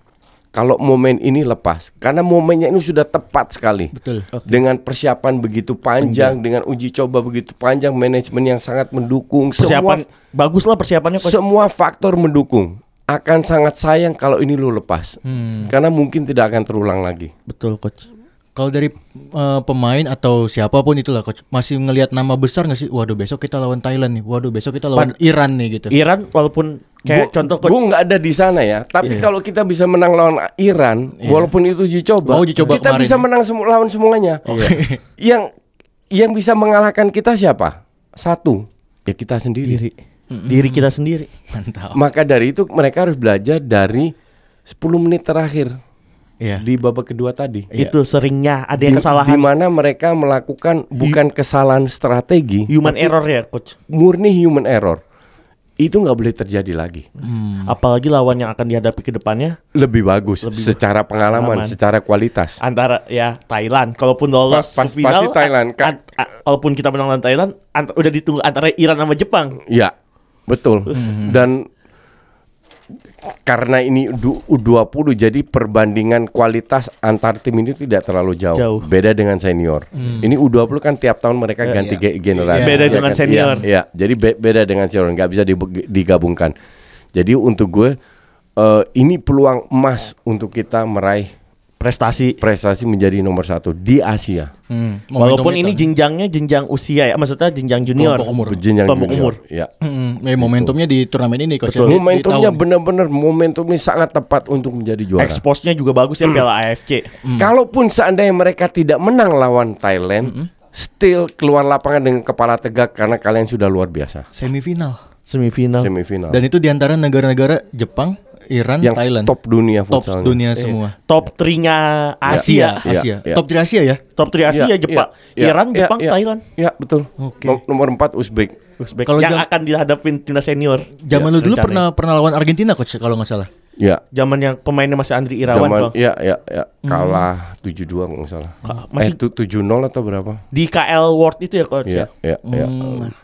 [SPEAKER 5] kalau momen ini lepas karena momennya ini sudah tepat sekali
[SPEAKER 3] Betul.
[SPEAKER 5] dengan persiapan begitu panjang, dengan uji coba begitu panjang manajemen yang sangat mendukung semua
[SPEAKER 4] Persiapan bagus lah persiapannya coach.
[SPEAKER 5] semua faktor mendukung akan sangat sayang kalau ini lu lepas
[SPEAKER 4] Hmm.
[SPEAKER 5] karena mungkin tidak akan terulang lagi
[SPEAKER 4] Betul coach.
[SPEAKER 3] Kalau dari eh, pemain atau siapapun itulah coach masih ngelihat nama besar nggak sih? Waduh besok kita lawan Thailand nih. Waduh besok kita lawan Iran nih gitu.
[SPEAKER 5] Iya.
[SPEAKER 4] Iran walaupun
[SPEAKER 5] Gua-
[SPEAKER 4] kayak contoh Iya.
[SPEAKER 5] gua
[SPEAKER 4] coach
[SPEAKER 5] nggak ada di sana ya tapi kalau kita bisa menang lawan Iran
[SPEAKER 4] Iya.
[SPEAKER 5] walaupun itu uji coba,
[SPEAKER 3] Oh, uji coba
[SPEAKER 5] kita
[SPEAKER 3] kemarin.
[SPEAKER 4] ya?
[SPEAKER 5] bisa menang semu- lawan semuanya
[SPEAKER 4] Oh.
[SPEAKER 3] Oh,
[SPEAKER 5] yang yang bisa mengalahkan kita siapa satu ya kita sendiri
[SPEAKER 4] diri Oh. diri kita sendiri.
[SPEAKER 3] (laughs) Mantap.
[SPEAKER 5] maka dari itu mereka harus belajar dari 10 menit terakhir
[SPEAKER 3] Iya.
[SPEAKER 5] di babak kedua tadi
[SPEAKER 4] Itu seringnya ada
[SPEAKER 5] di,
[SPEAKER 4] yang
[SPEAKER 5] di
[SPEAKER 4] Iya. kesalahan
[SPEAKER 5] mana mereka melakukan bukan kesalahan strategi
[SPEAKER 4] human error ya coach.
[SPEAKER 5] murni human error itu nggak boleh terjadi lagi
[SPEAKER 3] Hmm.
[SPEAKER 4] Apalagi lawan yang akan dihadapi ke depannya
[SPEAKER 5] lebih bagus secara pengalaman,
[SPEAKER 4] pengalaman.
[SPEAKER 5] secara kualitas
[SPEAKER 4] antara ya Thailand kalaupun lolos
[SPEAKER 5] Pa- pas-
[SPEAKER 4] ke final
[SPEAKER 5] pasti Thailand,
[SPEAKER 4] a-
[SPEAKER 5] Kak.
[SPEAKER 4] an- a- kalaupun kita menang lawan Thailand ant- udah ditunggu antara Iran sama Jepang
[SPEAKER 5] ya betul
[SPEAKER 4] Hmm.
[SPEAKER 5] dan karena ini du- U20 jadi perbandingan kualitas antar tim ini tidak terlalu jauh,
[SPEAKER 4] Jauh. Hmm. Ya,
[SPEAKER 5] beda dengan senior. Ini U20 kan tiap tahun mereka ganti ge- generasi.
[SPEAKER 4] Beda dengan
[SPEAKER 5] kan?
[SPEAKER 4] senior.
[SPEAKER 5] Iya, iya. jadi be- beda dengan senior, nggak bisa dibe- digabungkan. Jadi untuk gue eh, ini peluang emas untuk kita meraih
[SPEAKER 4] prestasi.
[SPEAKER 5] prestasi menjadi nomor satu di Asia.
[SPEAKER 3] Hmm, momentum
[SPEAKER 4] Walaupun
[SPEAKER 3] itu.
[SPEAKER 4] ini jenjangnya jenjang usia ya, maksudnya jenjang junior.
[SPEAKER 3] Kelompok umur.
[SPEAKER 5] Jenjang
[SPEAKER 4] Kelompok
[SPEAKER 5] junior.
[SPEAKER 4] umur.
[SPEAKER 5] Ya.
[SPEAKER 3] Hmm, eh, momentumnya di turnamen ini coach. ya, di- di
[SPEAKER 5] Momentumnya
[SPEAKER 3] tahun.
[SPEAKER 5] benar-benar momentumnya sangat tepat untuk menjadi juara. Hmm.
[SPEAKER 4] Expose-nya juga bagus
[SPEAKER 3] Hmm.
[SPEAKER 4] ya Piala AFC.
[SPEAKER 5] Kalaupun seandainya mereka tidak menang lawan Thailand, still keluar lapangan dengan kepala tegak karena kalian sudah luar biasa.
[SPEAKER 3] semifinal.
[SPEAKER 4] Semifinal.
[SPEAKER 5] Semifinal.
[SPEAKER 3] Dan itu di antara negara-negara Jepang, Iran,
[SPEAKER 5] Ah. yang
[SPEAKER 3] Thailand.
[SPEAKER 5] top dunia
[SPEAKER 3] Top
[SPEAKER 5] futsalnya.
[SPEAKER 3] dunia semua.
[SPEAKER 4] Eh,
[SPEAKER 3] Ya,
[SPEAKER 4] Top 3-nya Asia.
[SPEAKER 3] Asia, Asia.
[SPEAKER 5] Iya.
[SPEAKER 3] Top 3 Asia ya?
[SPEAKER 4] Top 3 Asia Jepang,
[SPEAKER 3] iya,
[SPEAKER 4] Iran, Jepang, Thailand.
[SPEAKER 5] Ya, betul.
[SPEAKER 3] Oke.
[SPEAKER 5] Nom- Nomor 4 Uzbek.
[SPEAKER 4] Uzbek.
[SPEAKER 3] Kalau
[SPEAKER 4] yang
[SPEAKER 3] jam-
[SPEAKER 4] akan dihadapin timnas senior. Iya,
[SPEAKER 3] Zaman lu dulu
[SPEAKER 4] Rencananya.
[SPEAKER 3] pernah pernah lawan Argentina coach kalau nggak salah.
[SPEAKER 5] Ya.
[SPEAKER 4] Zaman yang pemainnya masih Andri Irawan
[SPEAKER 5] Zaman
[SPEAKER 4] Bang.
[SPEAKER 5] ya ya ya kalah 72 kalau nggak salah.
[SPEAKER 4] Ka-
[SPEAKER 5] Masih
[SPEAKER 4] masih-
[SPEAKER 5] eh, tu- 70 atau berapa?
[SPEAKER 4] Di KL World itu ya coach
[SPEAKER 5] Ya,
[SPEAKER 4] ya.
[SPEAKER 5] ya, ya.
[SPEAKER 3] Hmm.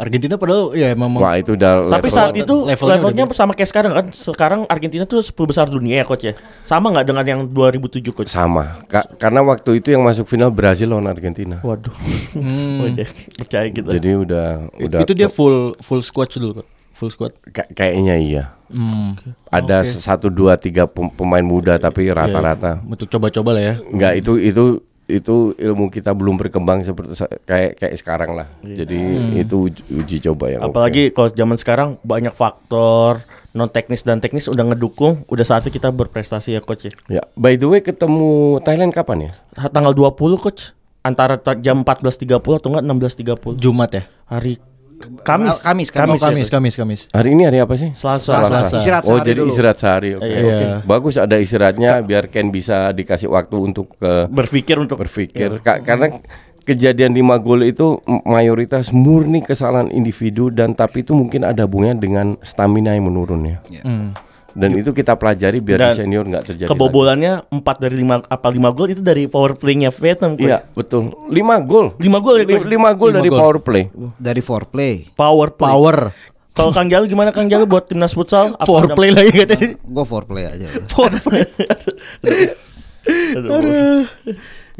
[SPEAKER 3] Argentina padahal ya memang
[SPEAKER 5] Wah, itu udah
[SPEAKER 4] Tapi
[SPEAKER 5] level-
[SPEAKER 4] saat itu
[SPEAKER 3] levelnya
[SPEAKER 4] levelnya,
[SPEAKER 3] udah
[SPEAKER 4] sama kayak sekarang kan. Sekarang Argentina tuh 10 besar dunia ya coach ya. Sama nggak dengan yang 2007 coach?
[SPEAKER 5] sama. Ka- karena waktu itu yang masuk final Brazil lawan Argentina.
[SPEAKER 4] Waduh.
[SPEAKER 3] hmm.
[SPEAKER 4] Udah, Hmm. percaya gitu kita.
[SPEAKER 5] Jadi udah udah
[SPEAKER 3] itu dia full full squad dulu Coach. full squad.
[SPEAKER 5] Ka- kayaknya iya.
[SPEAKER 3] Hmm.
[SPEAKER 5] Ada satu dua tiga pem- pemain muda tapi
[SPEAKER 4] Iya.
[SPEAKER 5] rata-rata
[SPEAKER 3] Untuk coba-coba lah ya.
[SPEAKER 5] Enggak itu itu itu ilmu kita belum berkembang seperti sa- kayak kayak sekarang lah. Jadi itu uj- uji coba yang
[SPEAKER 4] Iya. Hmm. Apalagi kalau zaman sekarang banyak faktor non teknis dan teknis udah ngedukung, udah saatnya kita berprestasi ya coach ya.
[SPEAKER 5] oke. ya by the way ketemu Thailand kapan ya?
[SPEAKER 4] Tanggal 20 coach antara ta- jam 14.30 atau enggak 16.30
[SPEAKER 3] Jumat ya.
[SPEAKER 4] hari K- Kamis.
[SPEAKER 1] Ah,
[SPEAKER 3] Kamis,
[SPEAKER 1] Kamis, Kamis. ya,
[SPEAKER 3] Kamis,
[SPEAKER 1] Coach.
[SPEAKER 3] Kamis, Kamis.
[SPEAKER 5] Hari ini hari apa sih?
[SPEAKER 4] Selasa.
[SPEAKER 1] Selasa.
[SPEAKER 5] Selasa.
[SPEAKER 1] Istirahat
[SPEAKER 5] oh
[SPEAKER 1] sehari
[SPEAKER 5] jadi
[SPEAKER 1] dulu.
[SPEAKER 5] istirahat sehari. oke,
[SPEAKER 4] Iya.
[SPEAKER 5] oke. Bagus ada istirahatnya biar Ken bisa dikasih waktu untuk eh,
[SPEAKER 4] Berpikir untuk
[SPEAKER 5] berpikir Ka- karena kejadian di Magol itu m- mayoritas murni kesalahan individu dan tapi itu mungkin ada hubungannya dengan stamina yang menurun ya. Dan itu kita pelajari biar di
[SPEAKER 4] Dan
[SPEAKER 5] senior nggak terjadi. lagi.
[SPEAKER 4] kebobolannya 4 dari 5 apa 5 gol itu dari power play-nya Vietnam coach.
[SPEAKER 5] Iya, betul. 5 gol. 5
[SPEAKER 4] 5 gol ya coach.
[SPEAKER 5] gol dari power play.
[SPEAKER 1] dari foreplay.
[SPEAKER 4] Power play.
[SPEAKER 3] Power.
[SPEAKER 4] Kalau Kang Jalu gimana Kang Jalu buat timnas futsal? Apa
[SPEAKER 3] Power
[SPEAKER 4] ada-
[SPEAKER 3] play lagi ya tadi.
[SPEAKER 1] Gue foreplay aja.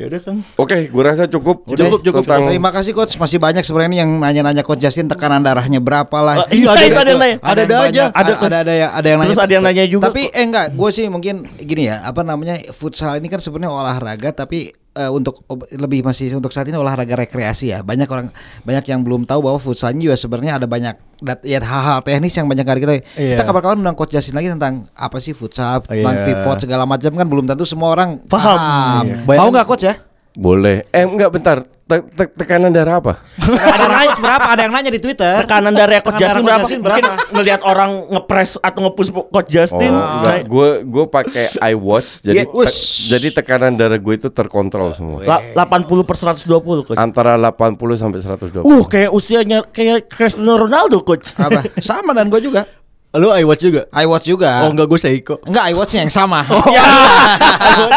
[SPEAKER 3] Ya udah Kang.
[SPEAKER 5] Oke, gua rasa cukup.
[SPEAKER 1] Udah,
[SPEAKER 5] tentang
[SPEAKER 1] Terima kasih coach. Masih banyak sebenarnya yang nanya-nanya coach Justin tekanan darahnya berapa lah.
[SPEAKER 4] Eh, iya, itu ada yang nanya.
[SPEAKER 1] Ada
[SPEAKER 3] Ada aja.
[SPEAKER 1] aja. Ada
[SPEAKER 4] Ada-
[SPEAKER 1] ada ada yang ada yang nanya.
[SPEAKER 4] Terus ada yang nanya juga.
[SPEAKER 1] Tapi eh enggak, gue sih mungkin gini ya, apa namanya? Futsal ini kan sebenarnya olahraga tapi eh, untuk ob- lebih masih untuk saat ini olahraga rekreasi ya. Banyak orang banyak yang belum tahu bahwa futsal juga sebenarnya ada banyak dat- ya hal-hal teknis yang banyak kali kita
[SPEAKER 3] Iya.
[SPEAKER 1] kita kabar-kabar undang coach Justin lagi tentang apa sih futsal, tentang
[SPEAKER 3] Iya.
[SPEAKER 1] pivot segala macam kan belum tentu semua orang
[SPEAKER 4] Paham.
[SPEAKER 3] Iya.
[SPEAKER 1] Mau
[SPEAKER 3] Bayangin-
[SPEAKER 1] nggak coach ya?
[SPEAKER 5] boleh. Eh, enggak bentar. Te- te- tekanan darah apa?
[SPEAKER 1] ada yang nanya berapa? Ada yang nanya di Twitter.
[SPEAKER 4] tekanan dari Coach
[SPEAKER 1] Tekanan
[SPEAKER 4] Justin
[SPEAKER 1] Coach
[SPEAKER 4] berapa?
[SPEAKER 1] Justin
[SPEAKER 4] Mungkin
[SPEAKER 1] berapa?
[SPEAKER 4] ngelihat orang ngepres atau ngepush Coach
[SPEAKER 5] Oh,
[SPEAKER 4] Justin.
[SPEAKER 5] enggak, gue gue pakai iWatch jadi
[SPEAKER 4] Ya,
[SPEAKER 5] te-
[SPEAKER 1] wush.
[SPEAKER 5] jadi tekanan darah gue itu terkontrol semua.
[SPEAKER 4] La- 80 per 120 coach.
[SPEAKER 5] Antara 80 sampai 120.
[SPEAKER 4] Uh, kayak usianya kayak Cristiano Ronaldo
[SPEAKER 1] (laughs)
[SPEAKER 4] coach.
[SPEAKER 1] Apa? Sama dan gue juga.
[SPEAKER 3] Lu iWatch juga?
[SPEAKER 1] iWatch juga.
[SPEAKER 3] Oh enggak gue Seiko.
[SPEAKER 1] Enggak, iWatch-nya yang sama.
[SPEAKER 4] Oh,
[SPEAKER 1] Ya.
[SPEAKER 4] iya.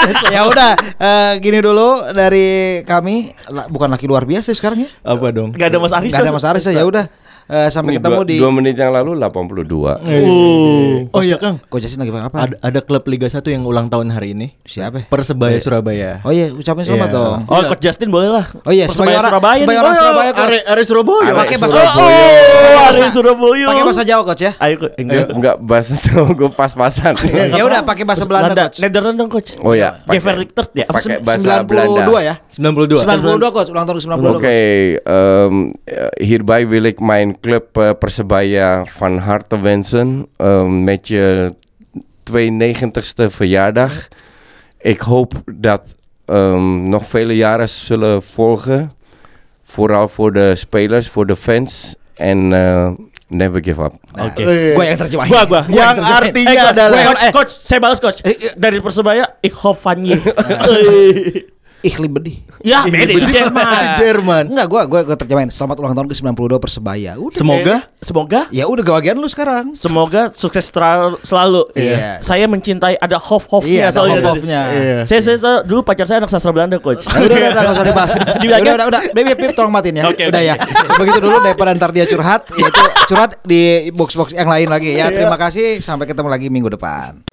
[SPEAKER 1] (laughs) ya udah, eh, gini dulu dari kami, La- bukan laki luar biasa sekarang ya.
[SPEAKER 3] Apa dong?
[SPEAKER 4] Gak ada Mas Aris.
[SPEAKER 1] Enggak ada Mas Aris ya udah. Eh,
[SPEAKER 5] Ini
[SPEAKER 1] sampai
[SPEAKER 5] dua,
[SPEAKER 1] ketemu di
[SPEAKER 5] dua menit yang lalu 82.
[SPEAKER 4] Uh.
[SPEAKER 3] Oh iya Kang.
[SPEAKER 1] Coach Justin lagi pakai apa?
[SPEAKER 3] Ada ada klub Liga 1 yang ulang tahun hari ini.
[SPEAKER 1] Siapa?
[SPEAKER 3] Persebaya Surabaya.
[SPEAKER 1] Oh iya, ucapin selamat
[SPEAKER 3] Iya.
[SPEAKER 1] dong.
[SPEAKER 4] Oh, Coach Justin boleh lah.
[SPEAKER 1] Oh iya,
[SPEAKER 4] Persebaya
[SPEAKER 1] sebagai orang
[SPEAKER 4] Surabaya
[SPEAKER 1] sebagai
[SPEAKER 4] nih.
[SPEAKER 1] orang
[SPEAKER 4] Oh,
[SPEAKER 1] Surabaya
[SPEAKER 3] Are,
[SPEAKER 1] coach.
[SPEAKER 3] are Surabaya.
[SPEAKER 1] Pakai bahasa
[SPEAKER 4] iya. Oh,
[SPEAKER 1] Pakai
[SPEAKER 4] Ari
[SPEAKER 1] bahasa-
[SPEAKER 4] Surabaya.
[SPEAKER 1] Pakai bahasa Jawa coach ya.
[SPEAKER 4] Ayo, coach. enggak.
[SPEAKER 5] Enggak bahasa (laughs) Jawa gue
[SPEAKER 1] (laughs)
[SPEAKER 5] pas-pasan.
[SPEAKER 1] Ya udah pakai bahasa Belanda coach.
[SPEAKER 4] Nederland dong coach.
[SPEAKER 5] Oh ya, pakai-
[SPEAKER 4] Gever Richter ya. Apa
[SPEAKER 5] pakai
[SPEAKER 4] sih?
[SPEAKER 5] bahasa Belanda.
[SPEAKER 1] 92 ya.
[SPEAKER 3] 92.
[SPEAKER 1] 92 coach, ulang tahun ke 92.
[SPEAKER 5] Oke, em, eh, hierbij wil ik mijn club eh, Persebaya van harte wensen em, met je 92ste verjaardag. Ik hoop dat em, nog vele jaren zullen volgen, vooral voor de spelers, voor de fans en eh, never give up.
[SPEAKER 4] Oke.
[SPEAKER 1] Gue yang terjemahin.
[SPEAKER 4] Gua, gua.
[SPEAKER 1] Gua
[SPEAKER 3] Yang
[SPEAKER 1] terjemahin.
[SPEAKER 3] artinya
[SPEAKER 1] Eh, gua-
[SPEAKER 3] adalah-
[SPEAKER 1] gua-
[SPEAKER 4] Coach,
[SPEAKER 1] eh,
[SPEAKER 4] coach, saya balas coach. Dari Persebaya, ich hoffe an
[SPEAKER 1] (laughs)
[SPEAKER 4] je.
[SPEAKER 1] Ikhli bedih.
[SPEAKER 4] Ya, beda di Jerman.
[SPEAKER 3] Jerman.
[SPEAKER 1] Enggak, gua gua gua terjemahin. Selamat ulang tahun ke 92 Persebaya. Udah.
[SPEAKER 3] Semoga
[SPEAKER 4] Semoga
[SPEAKER 1] Ya udah kebahagiaan lu sekarang.
[SPEAKER 4] Semoga sukses tra- selalu.
[SPEAKER 1] Iya.
[SPEAKER 4] Saya mencintai ada hof hofnya
[SPEAKER 1] Iya, ada hof-hofnya. Iya.
[SPEAKER 4] Saya, saya tahu dulu pacar saya anak sastra Belanda coach.
[SPEAKER 1] Ya, udah, udah, udah, gak usah dibahas. udah,
[SPEAKER 4] Dibilangin-
[SPEAKER 1] udah, udah, baby, pip, tolong matiin ya.
[SPEAKER 4] Oke,
[SPEAKER 1] udah
[SPEAKER 4] oke.
[SPEAKER 1] ya. Begitu dulu daripada ntar dia curhat, yaitu curhat di box-box yang lain lagi ya. Terima kasih, sampai ketemu lagi minggu depan.